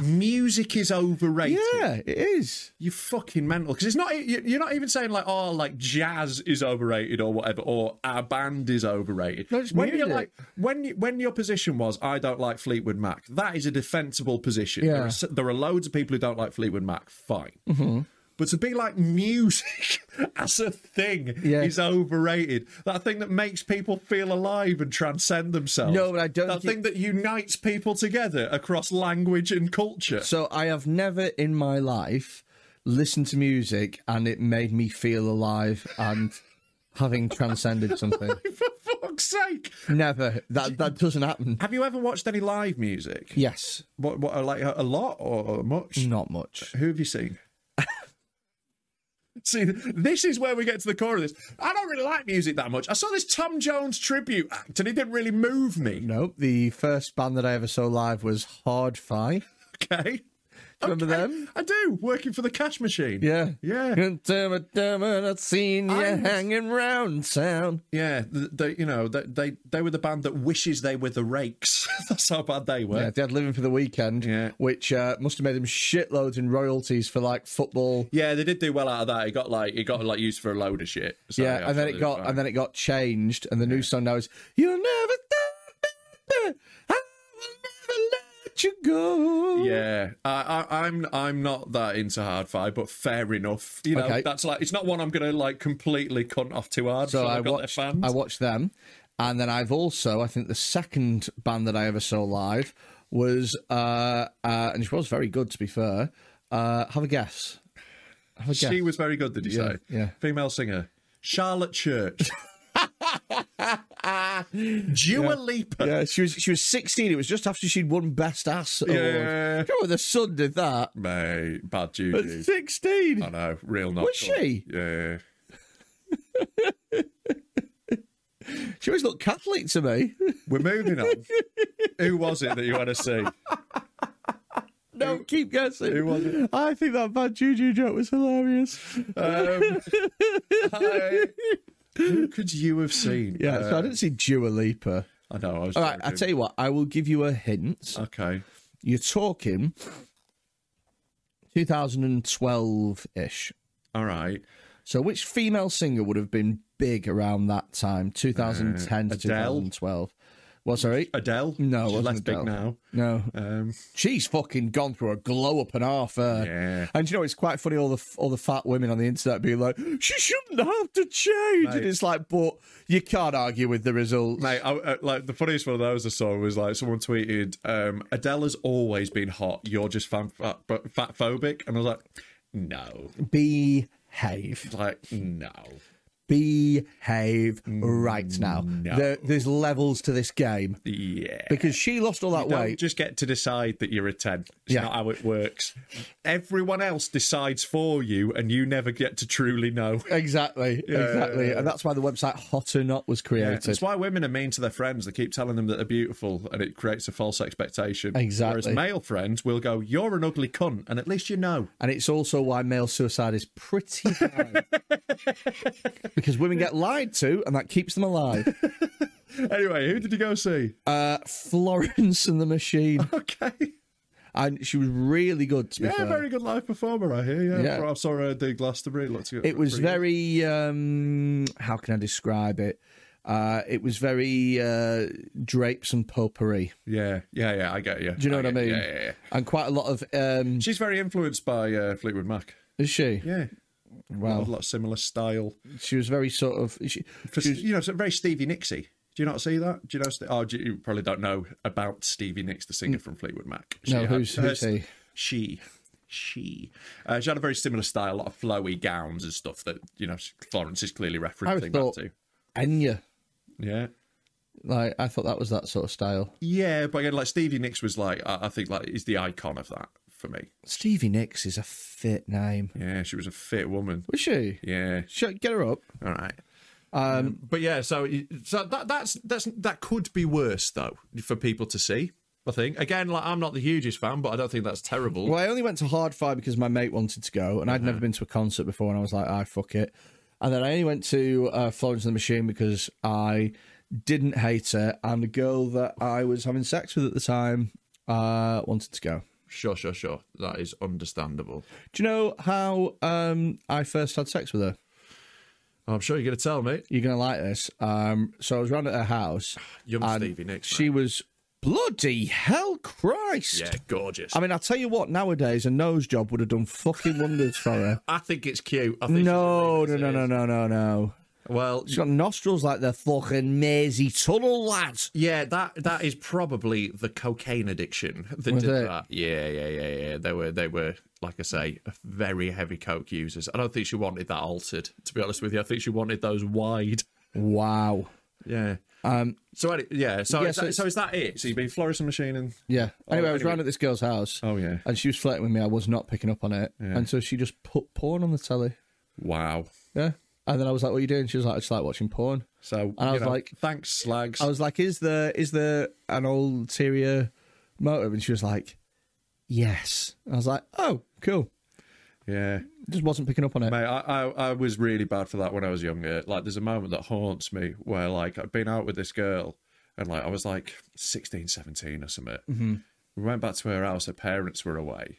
music is overrated. (laughs) yeah, it is. you fucking mental because it's not e, you- you're not even saying like oh like jazz is overrated or whatever or our band is overrated No, it's when you're music. like when you, when your position was i don't like fleetwood mac that is a defensible position there, Yeah. Mm-hmm. are, s- there are loads of people who don't like fleetwood mac fine But to be like music (laughs) as a thing Yeah. is overrated. That thing that makes people feel alive and transcend themselves. No, but I don't That think- thing that unites people together across language and culture. (laughs) So I have never in my life listened to music and it made me feel alive (laughs) and having transcended something. For fuck's sake! Never. That that doesn't happen. Have you ever watched any live music? Yes, What, what like a, a lot or, or much? not much. Who have you (laughs) seen? See, this is where we get to the core of this. I don't really like music that much. I saw this Tom Jones tribute act, and it didn't really move me. Nope. The first band that I ever saw live was Hard Fi. Okay, Remember Okay. them? I do. Working for the cash machine. Yeah. yeah, Good time, a time, and I've seen you I'm- hanging round town. yeah. th- They, you know, they, they they were the band that wishes they were the Rakes. (laughs) That's how bad they Yeah, were. they had Living for the Weekend, Yeah. which uh, must have made them shitloads in royalties for like football. Yeah. they did do well out of that. It got like it got like used for a load of shit. So, yeah, and then I thought it got was and fine. then it got changed, and the new song now is "You'll never, die, baby. I will never let you go." Yeah, I, I, I'm I'm not that into hard fi, but fair enough. You know, Okay. that's like it's not one I'm gonna like completely cunt off too hard. So So I I've got watched, their fans. I watched them, and then I've also, I think, the second band that I ever saw live was, uh, uh, and she was very good, to be fair. Uh, have a guess. Have a guess. she was very good. Did you Yeah, say? yeah. Female singer Charlotte (laughs) Church. Dua Lipa. yeah, she was. She was sixteen. It was just after she'd won Best Ass Award. Yeah. Do you know when the son did that Mate, bad at juju. sixteen. I know, real not. Was she? Yeah. She always looked Catholic to me. (laughs) We're moving on. Who was it that you want to (laughs) see? No, keep guessing. who was it? I think that bad juju joke was (laughs) hilarious. Um, I- who could you have seen? Yeah, so I Uh, didn't see Dua Lipa. I know. I was All right, I joking. tell you what, I will give you a hint. Okay. You're talking 2012 ish. All right. So, which female singer would have been big around that time, 2010 to Uh, Adele? 2012? What, sorry? Adele. No, it She's wasn't less Adele. big now. No, Um, she's fucking gone through a glow up and half. Uh, Yeah. And you know, it's quite funny. All the all the fat women on the internet being like, "She shouldn't have to change," Mate. and it's like, but you can't argue with the results. Mate, I, uh, like the funniest one of those I saw was like someone tweeted, um, "Adele has always been hot. You're just fan- fat, fat phobic," and I was like, "No, Behave, like no." behave right now. Mm, No. There, there's levels to this game Yeah, because she lost all that don't weight. just get to decide that you're a ten. It's Yeah. not how it works. Everyone else decides for you, and you never get to truly know. Exactly, exactly, and that's why the website Hot or Not was created. It's why women are mean to their friends. They keep telling them that they're beautiful, and it creates a false expectation. Exactly. Whereas male friends will go, "You're an ugly cunt," and at least you know. And it's also why male suicide is (laughs) pretty high. because women get lied to and that keeps them alive. Anyway, who did you go see? (laughs) Uh, Florence and the Machine. okay. And she was really good, to be Yeah, fair. very good live performer, I hear. Yeah, uh, Yeah. I saw her do Glastonbury. It looked good. It was pretty good. very, um, how can I describe it? Uh, it was very uh, drapes and potpourri. Yeah, yeah, yeah. I get you. Do you know what I get mean? Oh, Yeah, yeah, yeah. And quite a lot of. Um, She's very influenced by uh, Fleetwood Mac. is she? Yeah, a lot, of- Wow. lot of similar style. She was very sort of. She, For, you know, it's very Stevie Nixie. Do you not see that? Do you know? Oh, do you, you probably don't know about Stevie Nicks, the singer from Fleetwood Mac. Mm. No, had- who's- who's her- he? She. She. Uh, she had a very similar style, a lot of flowy gowns and stuff that, you know, Florence is clearly I always referencing thought back to. Enya. Yeah. Like, I thought that was that sort of style. Yeah, but again, like Stevie Nicks was like, I, I think like is the icon of that for me. Stevie Nicks is a fit name. Yeah, she was a fit woman. Was she? Yeah, Sh- Get her up. all right. Um, but yeah, so so that that's that's that could be worse though for people to see. I think again, like I'm not the hugest fan, but I don't think that's terrible. Well, I only went to Hard Fire because my mate wanted to go, and I'd Uh-huh. never been to a concert before, and I was like, ah, fuck it. And then I only went to uh, Florence and the Machine because I didn't hate her, and the girl that I was having sex with at the time uh, wanted to go. Sure, sure, sure. That is understandable. Do you know how um, I first had sex with her? I'm sure you're going to tell me. You're going to like this. Um, so I was round at her house. Young and Stevie Nicks. She mate. was bloody hell, Christ. yeah, gorgeous. I mean, I'll tell you what, nowadays a nose job would have done fucking wonders for her. I think it's cute. (laughs) I think No, she's no, amazing. no, no, no, no, no. Well, She's got nostrils like the fucking Maisie Tunnel, lad. Yeah, that that is probably the cocaine addiction (laughs) that Was did it? that. Yeah, yeah, yeah, yeah. They were they were like I say, very heavy coke users. I don't think she wanted that altered. To be honest with you, I think she wanted those wide. Wow. Yeah. Um, So any- yeah. So Yeah, is so that- it's- so is that it? So you've been florist machine and Yeah. Oh, Anyway, I was anyway. round at this girl's house. Oh, yeah. And she was flirting with me. I was not picking up on it. And so she just put porn on the telly. wow. Yeah. And then I was like, "What are you doing?" She was like, "I just like watching porn." So I you was know, like- thanks slags. I was like, "Is there is there an ulterior motive?" And she was like, "Yes." I was like, "Oh, cool." yeah. Just wasn't picking up on it. Mate, I, I I was really bad for that when I was younger. Like, there's a moment that haunts me where, like, I'd been out with this girl and, like, I was like 16, 17 or something. We went back to her house, her parents were away.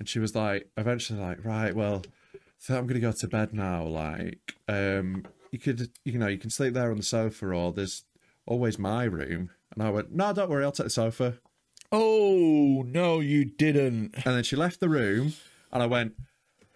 And she was like, eventually, like, right, well, so I'm going to go to bed now. Like, um, you could, you know, you can sleep there on the sofa or there's always my room. And I went, no, don't worry, I'll take the sofa. Oh no, you didn't. And then she left the room, and I went,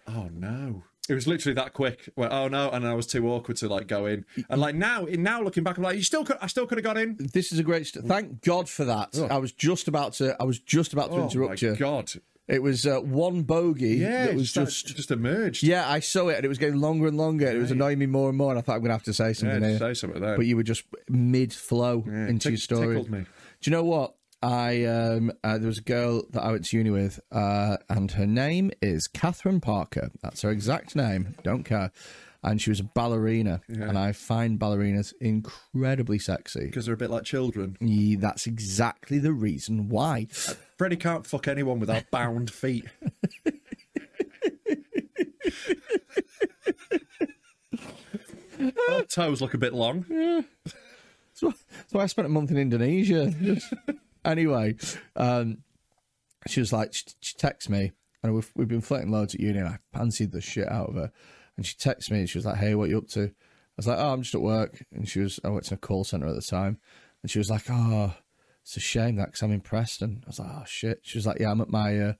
"Oh no!" It was literally that quick. I went, "Oh no!" And I was too awkward to like go in. And like now, now looking back, I'm like, "You still could, I still could have got in." This is a great. St- Thank God for that. I was just about to. I was just about to Oh my interrupt you. god! It was uh, one bogey Yeah, that was that- just. just emerged. yeah, I saw it, and it was getting longer and longer, and it was annoying me more and more. And I thought I'm going to have to say Yeah, something just here, say something there. but you were just mid flow Yeah, into tick- your story. tickled me. Do you know what? I um, uh, there was a girl that I went to uni with, uh, and her name is Catherine Parker. That's her exact name. Don't care. And she was a ballerina, and I find ballerinas incredibly sexy. because they're a bit like children. Yeah, that's exactly the reason why. Freddie can't fuck anyone without bound feet. Both toes look a bit long. That's why, So I spent a month in Indonesia. (laughs) anyway, um, she was like, she, she texts me, and we've, we've been flirting loads at uni, and I fancied the shit out of her. And she texts me, and she was like, hey, what you up to? I was like, oh, I'm just at work. And she was, I worked in a call center at the time. And she was like, oh, it's a shame that because I'm in Preston. I was like, oh, shit. She was like, yeah, I'm at my, uh,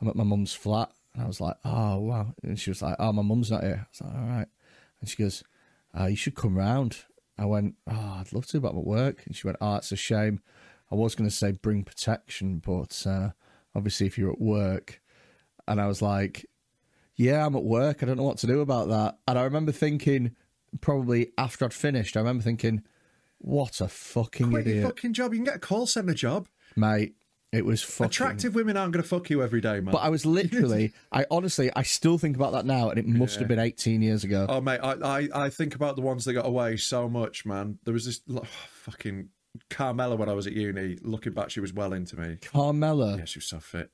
I'm at my mum's flat. And I was like, oh, wow. And she was like, oh, my mum's not here. I was like, all right. And she goes, uh, you should come round. I went, oh, I'd love to, but I'm at work. And she went, oh, it's a shame. I was going to say bring protection, but uh, obviously if you're at work. And I was like, yeah, I'm at work. I don't know what to do about that. And I remember thinking, probably after I'd finished, I remember thinking, what a fucking Quit your idiot. fucking job. You can get a call center job. Mate, it was fucking... Attractive women aren't going to fuck you every day, man. (laughs) But I was (laughs) literally, I honestly, I still think about that now, and it must have been 18 years ago. Oh mate, I, I I think about the ones that got away so much, man. There was this oh, (sighs) fucking Carmela when I was at uni. Looking back, she was well into me. Carmella. Yeah, she was so fit.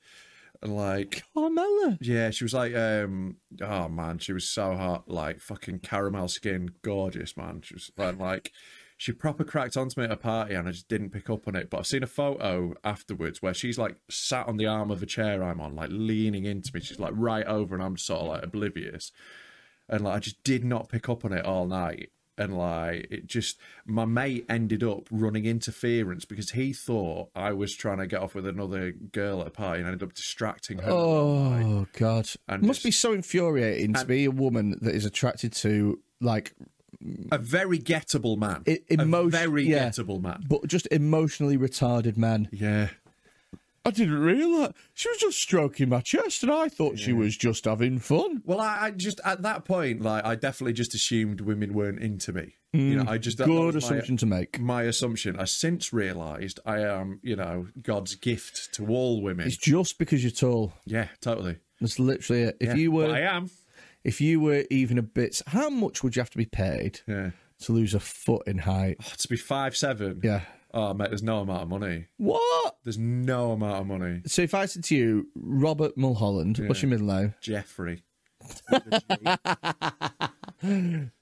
And like, Carmella. (laughs) yeah, she was like, um, oh man, she was so hot, like fucking caramel skin, gorgeous, man. She was and, like, she proper cracked onto me at a party, and I just didn't pick up on it. But I've seen a photo afterwards where she's like sat on the arm of a chair I'm on, like leaning into me. She's like right over, and I'm sort of like oblivious and like I just did not pick up on it all night. And like it just, my mate ended up running interference because he thought I was trying to get off with another girl at a party and I ended up distracting her. Oh God! And must just- be so infuriating to be a woman that is attracted to like A very gettable man. e- emotion, a very yeah, gettable man. but just emotionally retarded men. Yeah. I didn't realise she was just stroking my chest, and I thought she was just having fun. Well, I, I just, at that point, like I definitely just assumed women weren't into me. you know, I just, that Mm. Good was my- assumption to make. My assumption. I since realised I am, you know, God's gift to all women. It's just because you're tall. Yeah, totally. That's literally it. If Yeah. you were, But I am. if you were even a bit, how much would you have to be paid Yeah. to lose a foot in height? (sighs) Oh, to be five seven. Yeah. Oh mate, there's no amount of money. What? There's no amount of money. So if I said to you, Robert Mulholland, what's your middle name? Jeffrey.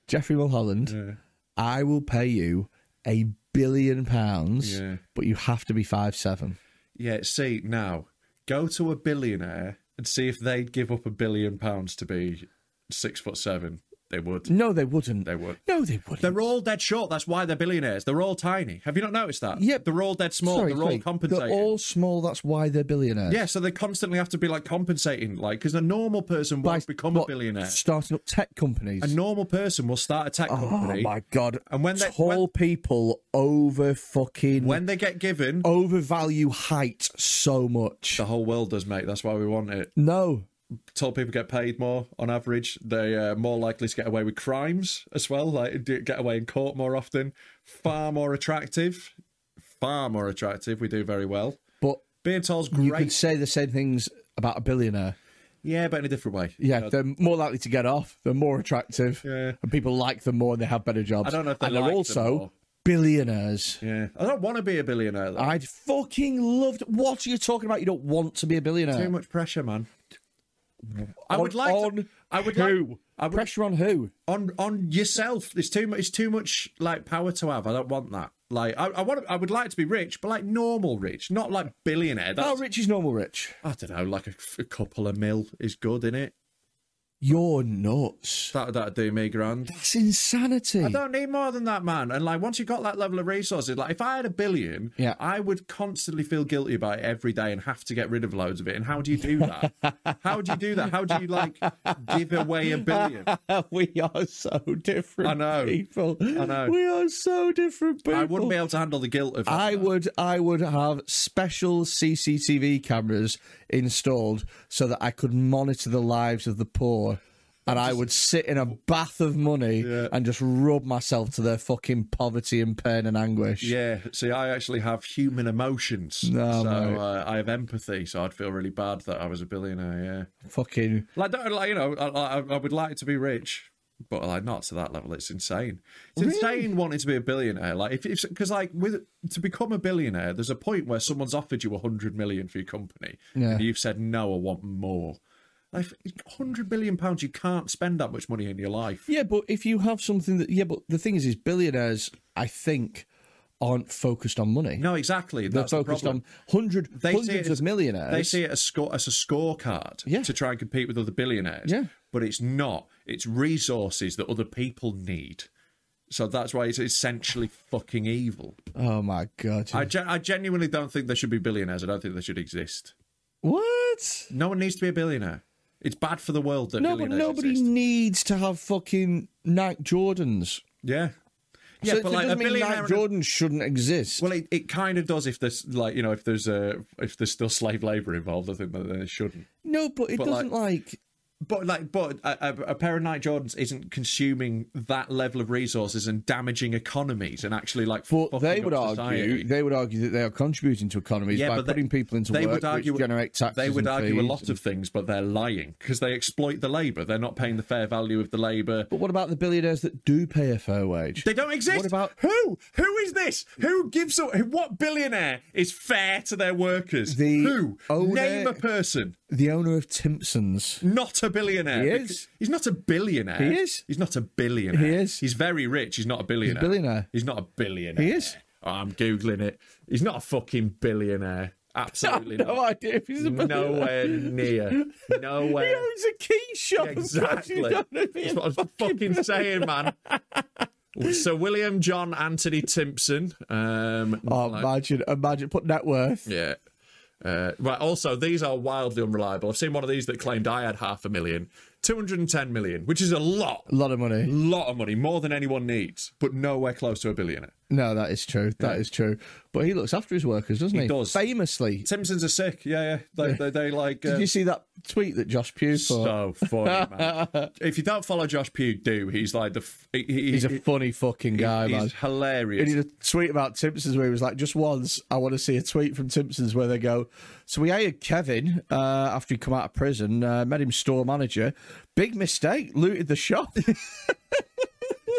Jeffrey Mulholland, I will pay you a billion pounds, Yeah. but you have to be five seven. Yeah. See now, go to a billionaire and see if they'd give up a billion pounds to be six foot seven. They would. No, they wouldn't. They would. No, they wouldn't. They're all dead short. That's why they're billionaires. They're all tiny. Have you not noticed that? Yeah. They're all dead small. Sorry, they're all sorry. compensating. They're all small. That's why they're billionaires. Yeah. So they constantly have to be like compensating, like because a normal person By won't become a what, billionaire. Starting up tech companies. A normal person will start a tech oh company. my god! And when they- tall when- people over fucking When they get given, Oh. overvalue height so much. the whole world does, mate. That's why we want it. no, told people get paid more on average. They are more likely to get away with crimes as well, like do- get away in court more often. Far more attractive, far more attractive. We do very well. but Being tall's you could great, say the same things about a billionaire. yeah, but in a different way. Yeah, they're more likely to get off. They're more attractive. Uh, Yeah. And people like them more and they have better jobs. I don't know if they And they're like them also more. billionaires. yeah. I don't want to be a billionaire. Though. I'd fucking loved. What are you talking about? You don't want to be a billionaire. Too much pressure, man. I On- would like. On to, I would who? like. I would, Pressure on who? on on yourself. It's too much. It's too much like power to have. I don't want that. Like I, I want. I would like to be rich, but like normal rich, not like billionaire. That's, How rich is normal rich? I don't know, like a, a couple of mil is good, in it. You're nuts. That that'd do me grand. That's insanity. I don't need more than that, man. And like, once you got that level of resources, like if I had a billion, Yeah. I would constantly feel guilty about it every day and have to get rid of loads of it. And how do you do (laughs) that? how do you do that? How do you like give away a billion? (laughs) we are so different I know. people. I know. We are so different people. I wouldn't be able to handle the guilt of. I that. would I would have special CCTV cameras installed so that I could monitor the lives of the poor. And I would sit in a bath of money and just rub myself to their fucking poverty and pain and anguish. Yeah, see, I actually have human emotions, so No, mate. uh, I have empathy. So I'd feel really bad that I was a billionaire. Yeah. Fucking Like, don't, like you know, I, I, I would like to be rich, but like not to that level. It's insane. It's insane wanting to be a billionaire. Like, if if because like with to become a billionaire, there's a point where someone's offered you a hundred million for your company, Yeah. and you've said no, I want more. Like hundred billion pounds, you can't spend that much money in your life. Yeah, but if you have something that yeah, but the thing is is billionaires, I think, aren't focused on money. No, exactly. They're That's the focused problem. on hundred, They see hundreds it as- of millionaires. They see it as, score, as a scorecard Yeah. to try and compete with other billionaires. Yeah. But it's not. It's resources that other people need. So that's why it's essentially fucking evil. Oh my god! I, gen- I genuinely don't think there should be billionaires. I don't think they should exist. what? No one needs to be a billionaire. It's bad for the world that No, but billionaires nobody exist. needs to have fucking Nike Jordans. yeah. Yeah, Yeah, so but it like a doesn't mean billionaire. Nike and a- Jordans shouldn't exist. Well, it, it kind of does if there's like you know if there's a if there's still slave labor involved. I think that they shouldn't. no, but it but, doesn't like, But like, but a, a- a pair of Nike Jordans isn't consuming that level of resources and damaging economies and actually like. But fucking they up would argue. society. They would argue that they are contributing to economies by they- putting people into they work, would argue, which generate taxes. They would and argue a fees lot and- of things, but they're lying because they exploit the labor. They're not paying the fair value of the labor. But what about the billionaires that do pay a fair wage? They don't exist. What about- who? Who is this? Who gives? A, who- what billionaire is fair to their workers? The who? owner- Name a person. the owner of Timpsons. Not a billionaire. He Bec- is. He's not a billionaire. He is. He's not a billionaire. He is. He's very rich. He's not a billionaire. billionaire. He's not a billionaire. He is. (laughs) Oh, I'm googling it. He's not a fucking billionaire. Absolutely I have (laughs) no not. idea if he's a billionaire. Nowhere near. (laughs) He Nowhere. owns a key shop. of course Exactly. (laughs) he's gonna be That's a what I was fucking fucking billionaire. saying, (laughs) man. Sir William John Anthony Timpson. Um, Oh, like- imagine, imagine, put net worth. yeah. Uh, right. Also, these are wildly unreliable. I've seen one of these that claimed I had half a million, two hundred and ten million, which is a lot, A lot of money. lot of money, more than anyone needs, but nowhere close to a billionaire. No, that is true. That is true. But he looks after his workers, doesn't he? He does. Famously. Simpsons are sick. Yeah, yeah. They, they, they like. Uh, Did you see that tweet that Josh Pugh put? so funny, (laughs) man. if you don't follow Josh Pugh, do. He's like the. F- he, he- He's a he- funny fucking guy, he's man. hilarious. He did a tweet about Timpsons where he was like, just once, I want to see a tweet from Timpsons where they go, so we hired Kevin uh, after he'd come out of prison, uh, met him store manager. Big mistake, looted the shop, (laughs)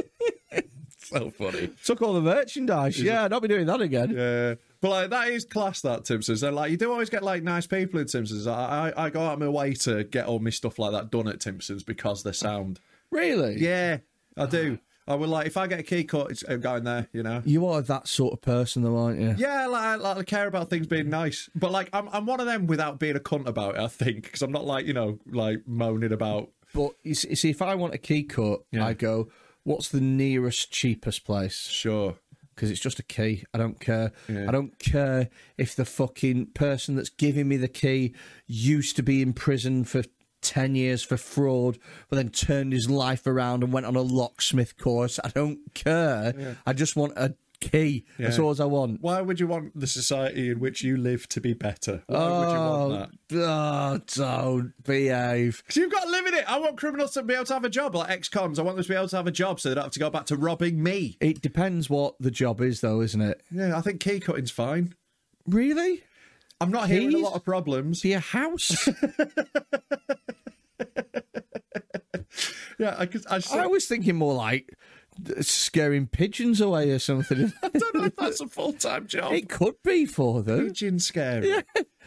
so funny. took all the merchandise. yeah, not be doing that again. Yeah. But like that is class that Simpsons. They're like you do always get like nice people in Simpsons. I, I I go out of my way to get all my stuff like that done at Simpsons because they're sound. Really? Yeah, I do. I would like if I get a key cut, it's I'm going there. You know. You are that sort of person, though, aren't you? Yeah, like, I- like I care about things being nice, but like I'm I'm one of them without being a cunt about it. I think because I'm not like you know like moaning about. But you see, you see, if I want a key cut, Yeah. I go, what's the nearest, cheapest place? Sure. because it's just a key. I don't care. I don't care if the fucking person that's giving me the key used to be in prison for 10 years for fraud, but then turned his life around and went on a locksmith course. I don't care. I just want a key. That's Yeah. all I want. Why would you want the society in which you live to be better? Why would you want Oh, that? oh, don't behave. Because you've got to live in it. I want criminals to be able to have a job, like ex-cons. I want them to be able to have a job so they don't have to go back to robbing me. It depends what the job is, though, isn't it? Yeah, I think key cutting's fine. Really? I'm not hearing Keys? a lot of problems. To your house? (laughs) Yeah, I, 'cause I, I was thinking more like uh, scaring pigeons away or something. (laughs) I don't (laughs) know if that's a full-time job. It could be for them. Pigeon scary.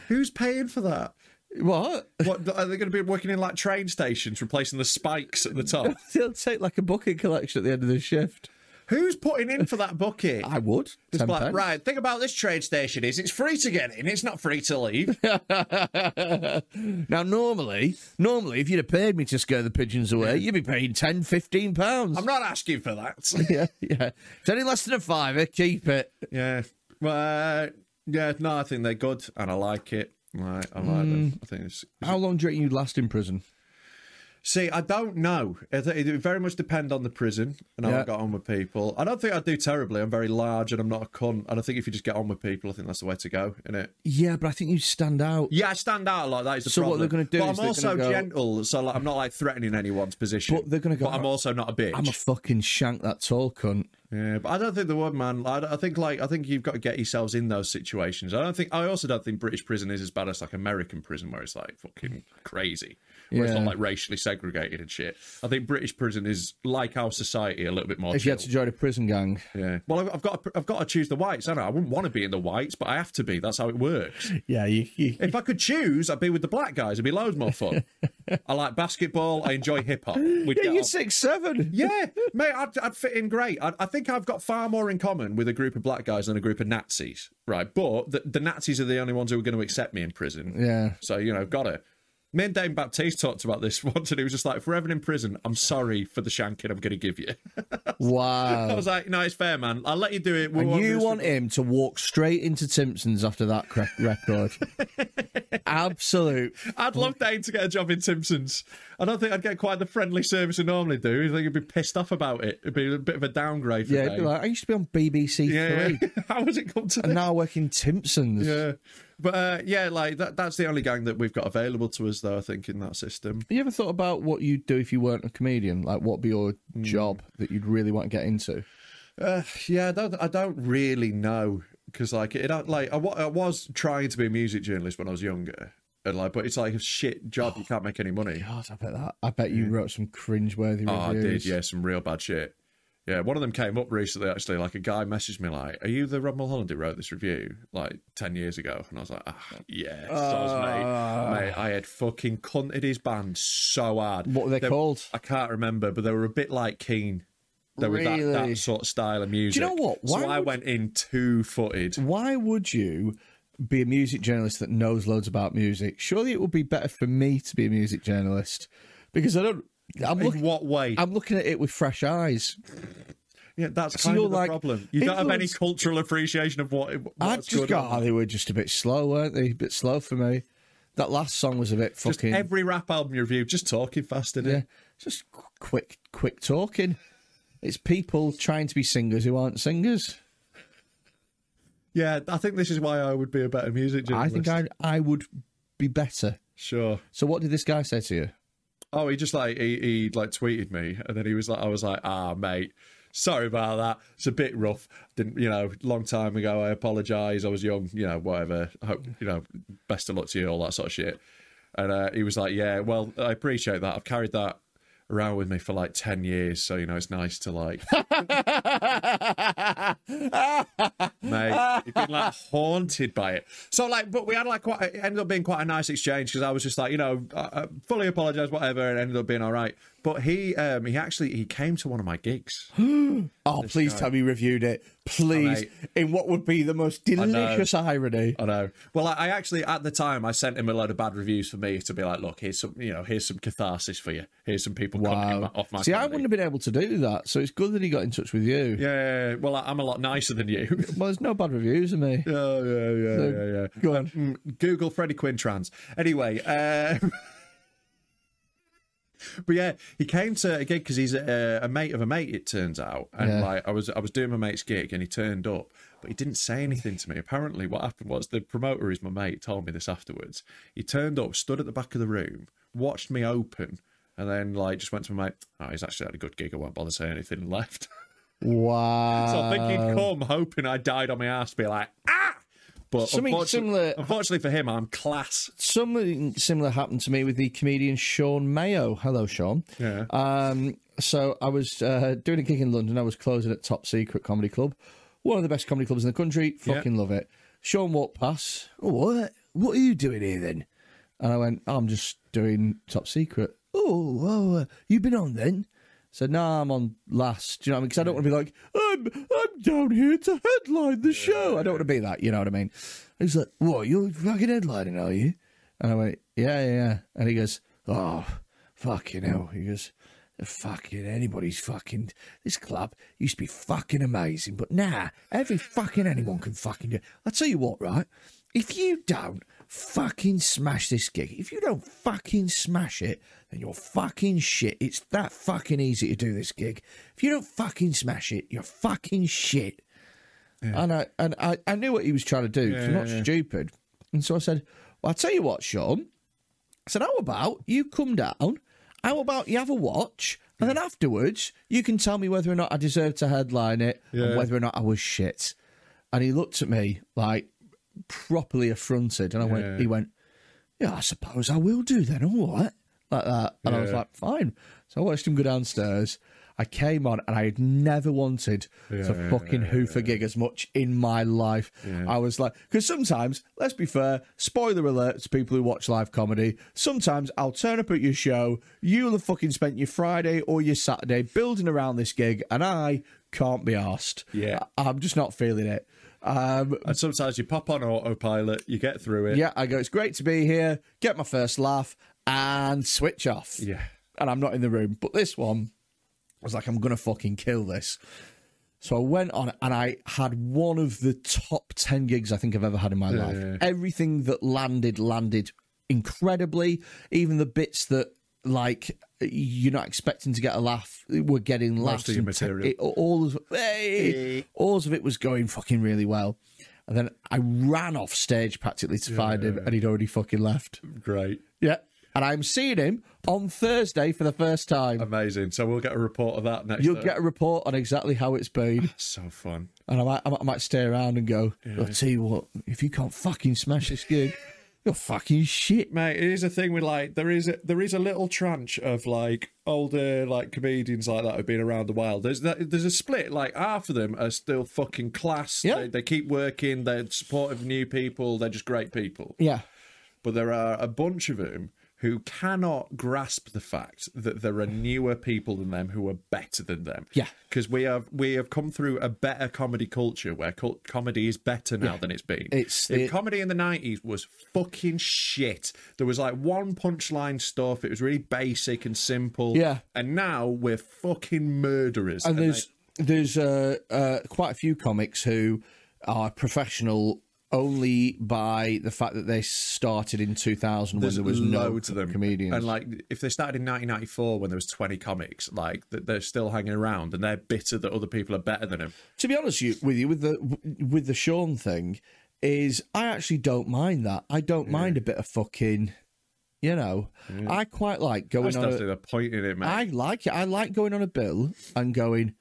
Who's paying for that? What? What are they going to be working in like train stations, replacing the spikes at the (laughs) top? They'll take like a bucket collection at the end of the shift. Who's putting in for that bucket? I would. It's 10 like, pence. right, thing about this train station is it's free to get in, it's not free to (laughs) leave. now, normally, normally, if you'd have paid me to scare the pigeons away, you'd be paying 10, 15 pounds. I'm not asking for that. (laughs) yeah, yeah. It's any less than a fiver, keep it. Yeah. Well, uh, yeah, no, I think they're good and I like it. Right, I like Mm. them. I think it's. How long do you reckon you'd last in prison? See, I don't know. I think It would very much depend on the prison and how Yeah. I got on with people. I don't think I do terribly. I'm very large and I'm not a cunt. And I think if you just get on with people, I think that's the way to go, isn't it? Yeah, but I think you stand out. Yeah, I stand out a lot. That is the So what problem. they're gonna do But is I'm they're also gonna go- gentle, so like, I'm not like threatening anyone's position. But they're gonna go, "Oh, But I'm also not a bitch. I'm a fucking shank that tall cunt. Yeah, but I don't think the word man. I, don't- I think like I think you've got to get yourselves in those situations. I don't think. I also don't think British prison is as bad as like American prison, where it's like fucking crazy, where it's Yeah. not like racially segregated and shit. I think British prison is like our society a little bit more. If you had to chill. join a prison gang, yeah. Well, I've, I've got to, I've got to choose the whites. I know I wouldn't want to be in the whites, but I have to be. That's how it works. yeah, you, you, (laughs) If I could choose, I'd be with the black guys. It'd be loads more fun. I like basketball. I enjoy hip hop. Yeah, you're six seven. Yeah, mate, I'd, I'd fit in great. I, I think I've got far more in common with a group of black guys than a group of Nazis, right? But the, the Nazis are the only ones who are going to accept me in prison. (laughs) Yeah. So, you know, got it. Me and Dame Baptiste talked about this (laughs) once, and he was just like, forever in prison, I'm sorry for the shanking I'm going to give you. I Wow. was like, no, it's fair, man. I'll let you do it. We'll- And you we'll- want him to walk straight into Simpsons after that cre- (laughs) record? Absolute. I'd love Dane to get a job in Simpsons. I don't think I'd get quite the friendly service I normally do. I think he'd be pissed off about it. It'd be a bit of a downgrade for Yeah, it'd Dane. be like, I used to be on BBC yeah, Three, yeah. (laughs) How has it come to and this? now I work in Simpsons. Yeah. (laughs) But uh, yeah, like that, that's the only gang that we've got available to us, though, I think, in that system. Have you ever thought about what you'd do if you weren't a comedian? Like, what'd be your Hmm. job that you'd really want to get into? Uh, yeah, I don't, I don't really know because like it, like I, wa- I was trying to be a music journalist when I was younger, and like, but it's like a shit job. You can't make any money. God, I bet that. I bet you wrote some cringeworthy Oh, I reviews. did, yeah, some real bad shit. Yeah, one of them came up recently actually. Like a guy messaged me like, "Are you the Rob Mulholland who wrote this review like ten years ago?" And I was like, ah, "Yeah, so I was, Ah. mate. mate, I had fucking cunted his band so hard. What were they called? I can't remember, but they were a bit like Keen. They were that, Really? that sort of style of music. know what? Why so I would- went in two footed. Why would you be a music journalist that knows loads about music? Surely it would be better for me to be a music journalist because I don't. I'm In looking. what way? I'm looking at it with fresh eyes. yeah, that's So kind you're of the like, problem. You don't have any influence- cultural appreciation of what. what's I've just good got. on. Oh, they were just a bit slow, weren't they? A bit slow for me. That last song was a bit Just fucking. every rap album you review, just talking fast in yeah, it. just qu- quick, quick talking. It's people trying to be singers who aren't singers. Yeah, I think this is why I would be a better music I journalist. think I I would be better. sure. So what did this guy say to you? Oh, he just like he, he like tweeted me, and then he was like, I was like, ah, mate, sorry about that. It's a bit rough. Didn't you know? Long time ago, I apologise. I was young, you know, whatever. I hope you know. Best of luck to you, all that sort of shit. And uh, he was like, yeah, well, I appreciate that. I've carried that around with me for like ten years, so you know, it's nice to (laughs) like, mate, you've been like haunted by it. So like, but we had like quite it ended up being quite a nice exchange because I was just like, you know, I, I fully apologise, whatever, and ended up being all right. But he um he actually he came to one of my gigs. Oh, please tell me you reviewed it. Please, mate. in what would be the most delicious irony. I know. Well, I, I actually at the time I sent him a load of bad reviews for me to be like, look, here's some, you know, here's some catharsis for you. Here's some people coming Wow. off my. See, I comedy. wouldn't have been able to do that. So it's good that he got in touch with you. Yeah, yeah, yeah. well, I- I'm a lot nicer than you. (laughs) Well, there's no bad reviews of me. Oh yeah, yeah, yeah, yeah. Go on. Mm, Google Freddie Quinn trans. Anyway, um, (laughs) but yeah, he came to a gig because he's a, a mate of a mate. It turns out, and Yeah. like I was, I was doing my mate's gig, and he turned up, but he didn't say anything to me. Apparently, what happened was the promoter, who's my mate, told me this afterwards. He turned up, stood at the back of the room, watched me open, and then like just went to my mate. Oh, he's actually had a good gig. I won't bother saying anything and left. Wow. So I think Um, he'd come hoping I died on my ass to be like, ah! But Something unfortunately, similar- unfortunately for him, I'm class. Something similar happened to me with the comedian Sean Mayo. Hello, Sean. Yeah. Um, so I was uh, doing a gig in London. I was closing at Top Secret Comedy Club, one of the best comedy clubs in the country. Yeah. Fucking love it. Sean walked past. Oh, what? What are you doing here then? And I went, "Oh, I'm just doing Top Secret. Oh, well, uh, you've been on then? So no, I'm on last. Do you know what I mean? Because I don't want to be like, I'm, I'm down here to headline the show. I don't want to be that. You know what I mean? He's like, what? You're fucking headlining, are you? And I went, yeah, yeah, yeah. And he goes, oh, fucking hell. He goes, fucking anybody's fucking. This club used to be fucking amazing, but now every fucking anyone can fucking do. I tell you what, right? If you don't fucking smash this gig, if you don't fucking smash it, then you're fucking shit. It's that fucking easy to do this gig. If you don't fucking smash it, you're fucking shit. And I and I, I knew what he was trying to do. 'cause I'm not stupid. And so I said, "Well, I tell you what, Sean." I said, "How about you come down? How about you have a watch?" And then afterwards, you can tell me whether or not I deserve to headline it and whether or not I was shit. And he looked at me like properly affronted. And I went, he went, yeah, I suppose I will do then. All right. Like that. And I was like, fine. So I watched him go downstairs. I came on and I had never wanted to fucking hoof a gig as much in my life. I was like, because sometimes, let's be fair, spoiler alert to people who watch live comedy, sometimes I'll turn up at your show, you'll have fucking spent your Friday or your Saturday building around this gig, and I can't be asked. Yeah. I'm just not feeling it. Um, And sometimes you pop on autopilot, you get through it. yeah, I go, it's great to be here, get my first laugh, and switch off. Yeah. And I'm not in the room. But this one, I was like, I'm going to fucking kill this. So I went on and I had one of the top 10 gigs I think I've ever had in my life. Everything that landed, landed incredibly. Even the bits that, like, you're not expecting to get a laugh, were getting laughs. of your and te- material. it- all, of, hey, all of it was going fucking really well. And then I ran off stage practically to find him, and he'd already fucking left. Great. Yeah. And I'm seeing him on Thursday for the first time. Amazing. So we'll get a report of that next You'll time. get a report on exactly how (laughs) it's been. So fun. And I might, I might, I might stay around and go, I'll tell you what, if you can't fucking smash (laughs) this gig, you're fucking shit. mate it is a thing with like there is a, there is a little tranche of like older like comedians like that who've been around a while there's that, there's a split like half of them are still fucking class Yeah. they, they keep working they're supportive of new people they're just great people Yeah. but there are a bunch of them who cannot grasp the fact that there are newer people than them who are better than them. Yeah. because we have we have come through a better comedy culture where cul comedy is better now than it's been. It's If the- comedy in the nineties was fucking shit. There was like one punchline stuff. It was really basic and simple. Yeah. and now we're fucking murderers. and they- there's there's uh, uh, quite a few comics who are professional only by the fact that they started in 2000 when there's there was loads no of them comedians. and like if they started in 1994 when there was 20 comics like th- they're still hanging around and they're bitter that other people are better than them to be honest you, with you, with the with the Sean thing, is I actually don't mind that. I don't mind a bit of fucking, you know. I quite like that's going on. definitely A, the point in it man I like it. I like going on a bill and going.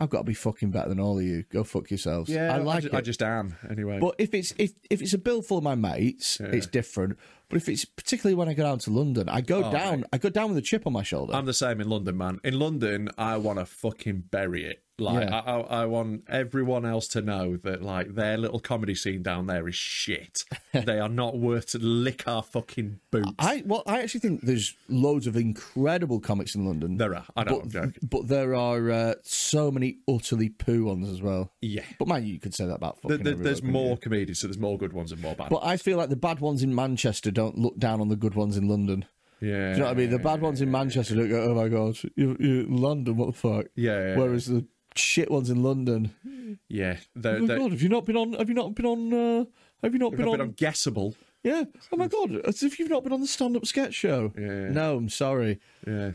I've got to be fucking better than all of you. Go fuck yourselves. yeah I like ju- it. I just am anyway But if it's if if it's a bill full of my mates, it's different. But if it's particularly when I go down to London, I go down. I go down with a chip on my shoulder. Oh, I'm the same in London, man. In London, I want to fucking bury it. Like, Yeah. I, I, I want everyone else to know that, like, their little comedy scene down there is (laughs) shit. they are not worth to lick our fucking boots. I well, I actually think there's loads of incredible comics in London. There are. I know, but, I'm joking. But there are uh, so many utterly poo ones as well. Yeah. But man, you could say that about There- fucking. there- everywhere, there's couldn't more you? comedians, so there's more good ones and more bad But I feel like the bad ones in Manchester don't look down on the good ones in London. Yeah. Do you know what I mean? The bad ones in Manchester don't go, "Oh my god, you you in London, what the fuck?" Yeah, Uh, yeah, Whereas the shit ones in London, Yeah. They're, oh my they're- god, have you not been on? Have you not been on? Uh, have you not they've been not on? been unguessable. Yeah. Oh my god, as if you've not been on the stand-up sketch show. Yeah. No, I'm sorry. Yeah.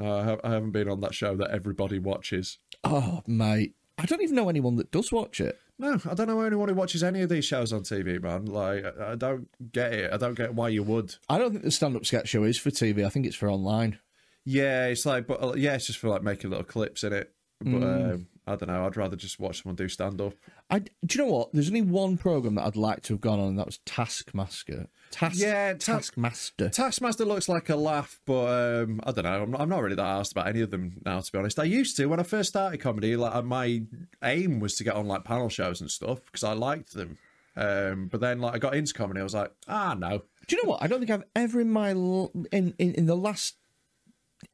Uh, I ha- I haven't been on that show that everybody watches. Oh, mate. I don't even know anyone that does watch it. No, I don't know anyone who watches any of these shows on TV, man. Like, I I don't get it. I don't get why you would. I don't think the stand up sketch show is for TV. I think it's for online. Yeah, it's like, but uh, yeah, it's just for like making little clips in it. But um, I don't know. I'd rather just watch someone do stand up. I, do you know what? There's only one program that I'd like to have gone on, and that was Taskmaster. Task, Yeah, Ta- Taskmaster. Taskmaster looks like a laugh, but um, I don't know. I'm not, I'm not really that asked about any of them now, to be honest. I used to when I first started comedy. Like uh, my aim was to get on like panel shows and stuff because I liked them. Um, but then like I got into comedy, I was like, ah, no. do you know what? I don't think I've ever in my l- in in, in the last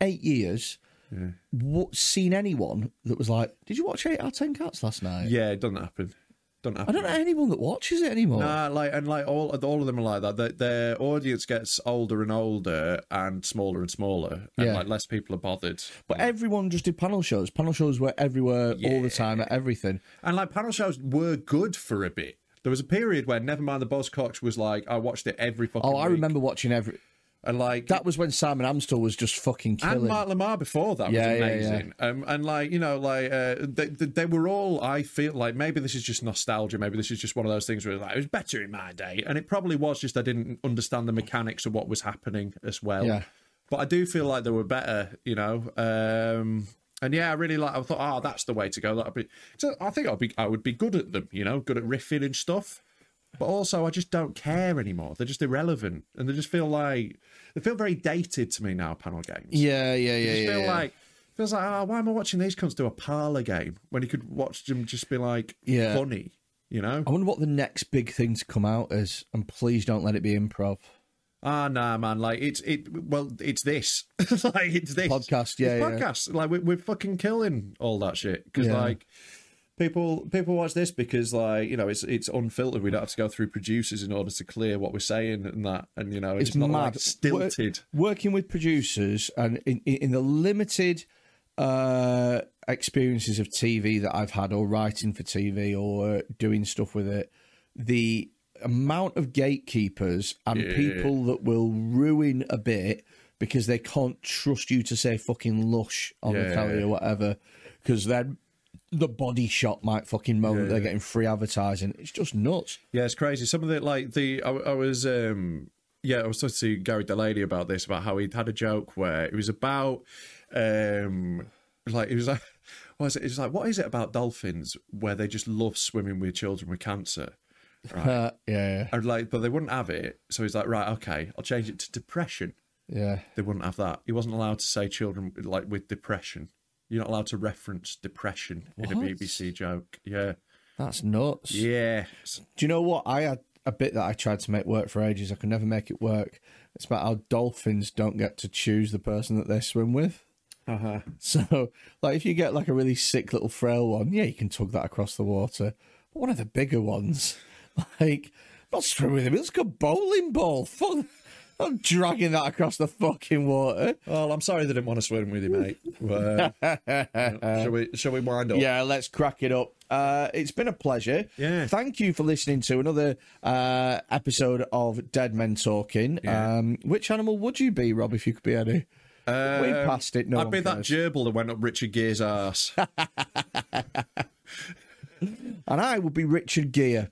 eight years wa- seen anyone that was like, "Did you watch Eight Out of Ten Cats last night?" Yeah, it doesn't happen. Doesn't I happen. don't know anyone that watches it anymore. Nah, like and like all all of them are like that. Their, their audience gets older and older and smaller and smaller, and Yeah. like less people are bothered. But everyone just did panel shows. Panel shows were everywhere, all the time, at everything. And like panel shows were good for a bit. There was a period where Nevermind the Buzzcocks was like I watched it every fucking. Oh, I week. remember watching every. And like That was when Simon Amstel was just fucking and killing. Mark Lamar before that Yeah, was yeah, amazing. Um, and like you know, like uh, they, they, they were all. I feel like maybe this is just nostalgia. Maybe this is just one of those things where like it was better in my day, and it probably was just I didn't understand the mechanics of what was happening as well. Yeah. But I do feel like they were better, you know. Um, and yeah, I really like. I thought, oh, that's the way to go. That'd be. So I think I'd be. I would be good at them, you know, good at riffing and stuff. But also, I just don't care anymore. They're just irrelevant, and they just feel like they feel very dated to me now. Panel games. Yeah, yeah, yeah. I just yeah, feel yeah. like Feels like, ah, why am I watching these cunts do a parlor game when he could watch them just be like Yeah. funny, you know? I wonder what the next big thing to come out is, and please don't let it be improv. Ah, nah, man. Like it's it. Well, it's this. (laughs) like it's this Podcast, yeah, It's yeah. podcast. Like we, we're fucking killing all that shit because Yeah. like people people watch this because like you know it's it's unfiltered. We don't have to go through producers in order to clear what we're saying and that. And you know it's, not like Wor- stilted. working with producers and in, in, in the limited uh, experiences of TV that I've had, or writing for TV, or doing stuff with it, the amount of gatekeepers and people that will ruin a bit because they can't trust you to say fucking lush on the Yeah. telly or whatever, because then the body shot might fucking moment they're getting free advertising. It's just nuts. Yeah, it's crazy. Some of the like the I, I was um yeah I was talking to Gary Delaney about this about how he'd had a joke where it was about um like it was like (laughs) what is it? It was like what is it about dolphins where they just love swimming with children with cancer? Uh, yeah, And like, but they wouldn't have it. So he's like, right, okay, I'll change it to depression. yeah. They wouldn't have that. He wasn't allowed to say children like with depression. You're not allowed to reference depression in a What? BBC joke. Yeah, That's nuts. yeah. Do you know what? I had a bit that I tried to make work for ages. I could never make it work. It's about how dolphins don't get to choose the person that they swim with. Uh huh. So, like, if you get like a really sick little frail one, yeah, you can tug that across the water. But one of the bigger ones, (laughs) like, not swim with him. It's like a bowling ball. Fuck, I'm dragging that across the fucking water. Well, I'm sorry they didn't want to swim with you, (laughs) mate. Well, shall we? Shall we wind up? Yeah, let's crack it up. Uh, it's been a pleasure. Yeah. Thank you for listening to another uh, episode of Dead Men Talking. Um, which animal would you be, Rob, if you could be any? we passed it. No Um, I'd one be that cares. gerbil that went up Richard Gere's (laughs) ass. and I would be (laughs) Richard Gere.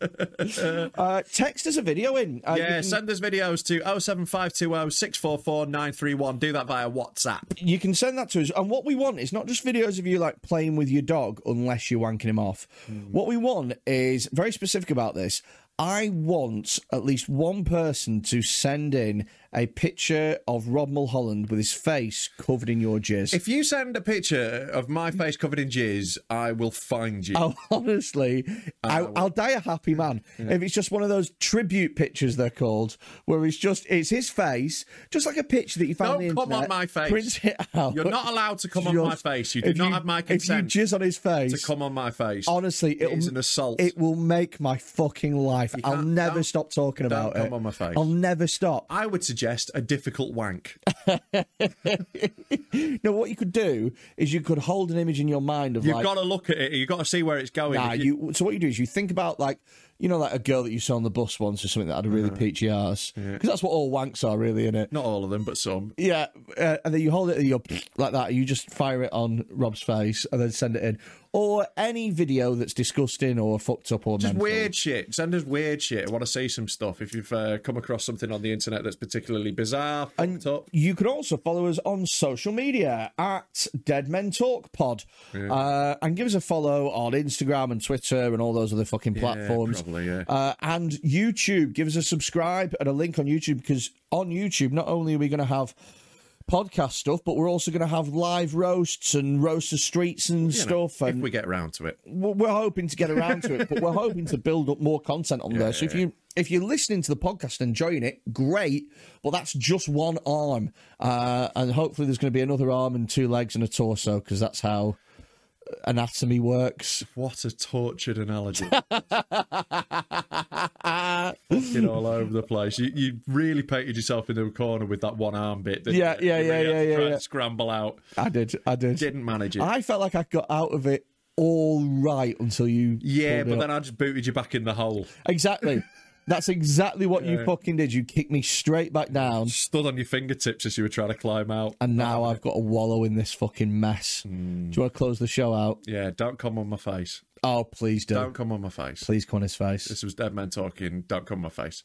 uh, text us a video in. Uh, you yeah, can- send us videos to 07520 644 931. Do that via WhatsApp. you can send that to us. And what we want is not just videos of you like playing with your dog, unless you're wanking him off. What we want is very specific about this. I want at least one person to send in a picture of Rob Mulholland with his face covered in your jizz. If you send a picture of my face covered in jizz, I will find you. Oh, (laughs) honestly, I, I'll die a happy man if it's just one of those tribute pictures they're called, where it's just it's his face, just like a picture that you found. Don't on the come on internet, my face. Print it out. You're not allowed to come on my Just- face. You do if not have my consent If you jizz on his face, to come on my face. honestly, it is it'll- an assault. It will make my fucking life. I'll can't- never don't- stop talking don't about it. come on my face. I'll never stop. I would suggest a difficult wank. (laughs) no, what you could do is you could hold an image in your mind of You've like. got to look at it. You've got to see where it's going. (laughs) Nah, If you, so what you do is you think about like you know like a girl that you saw on the bus once or something that had a Uh-huh. really peachy ass because that's what all wanks are really in it. Not all of them, but some. Yeah, uh, and then you hold it in your (sniffs) like that. You just fire it on Rob's face and then send it in, or any video that's disgusting or fucked up or Just mental. weird shit. Send us weird shit. I want to see some stuff. If you've uh, come across something on the internet that's particularly bizarre, fucked up. You can also follow us on social media at Dead Men Talk Pod, uh, and give us a follow on Instagram and Twitter and all those other fucking platforms. probably, yeah. Uh, and YouTube, give us a subscribe and a link on YouTube because on YouTube, not only are we going to have podcast stuff, but we're also going to have live roasts and roast of streets and you know, stuff. And if we get around to it. we're we're hoping to get around to it, but we're hoping to build up more content on there. So if you if you're listening to the podcast and enjoying it, great. But that's just one arm, uh, and hopefully there's going to be another arm and two legs and a torso because that's how anatomy works. What a tortured (laughs) analogy. Fucking all over the place. You, you really painted yourself in the corner with that one arm bit. didn't Yeah, you? yeah, You yeah, really had yeah, to yeah, try and yeah. Scramble out. I did, I did. Didn't manage it. I felt like I got out of it all right until you. yeah, pulled but it then up. I just booted you back in the hole. (laughs) exactly. That's exactly what you fucking did. You kicked me straight back down. Stood on your fingertips as you were trying to climb out. And now I've got to wallow in this fucking mess. Hmm. Do you want to close the show out? Yeah, don't come on my face. Oh, please do. Don't come on my face. Please come on his face. This was Dead Man Talking. Don't come on my face.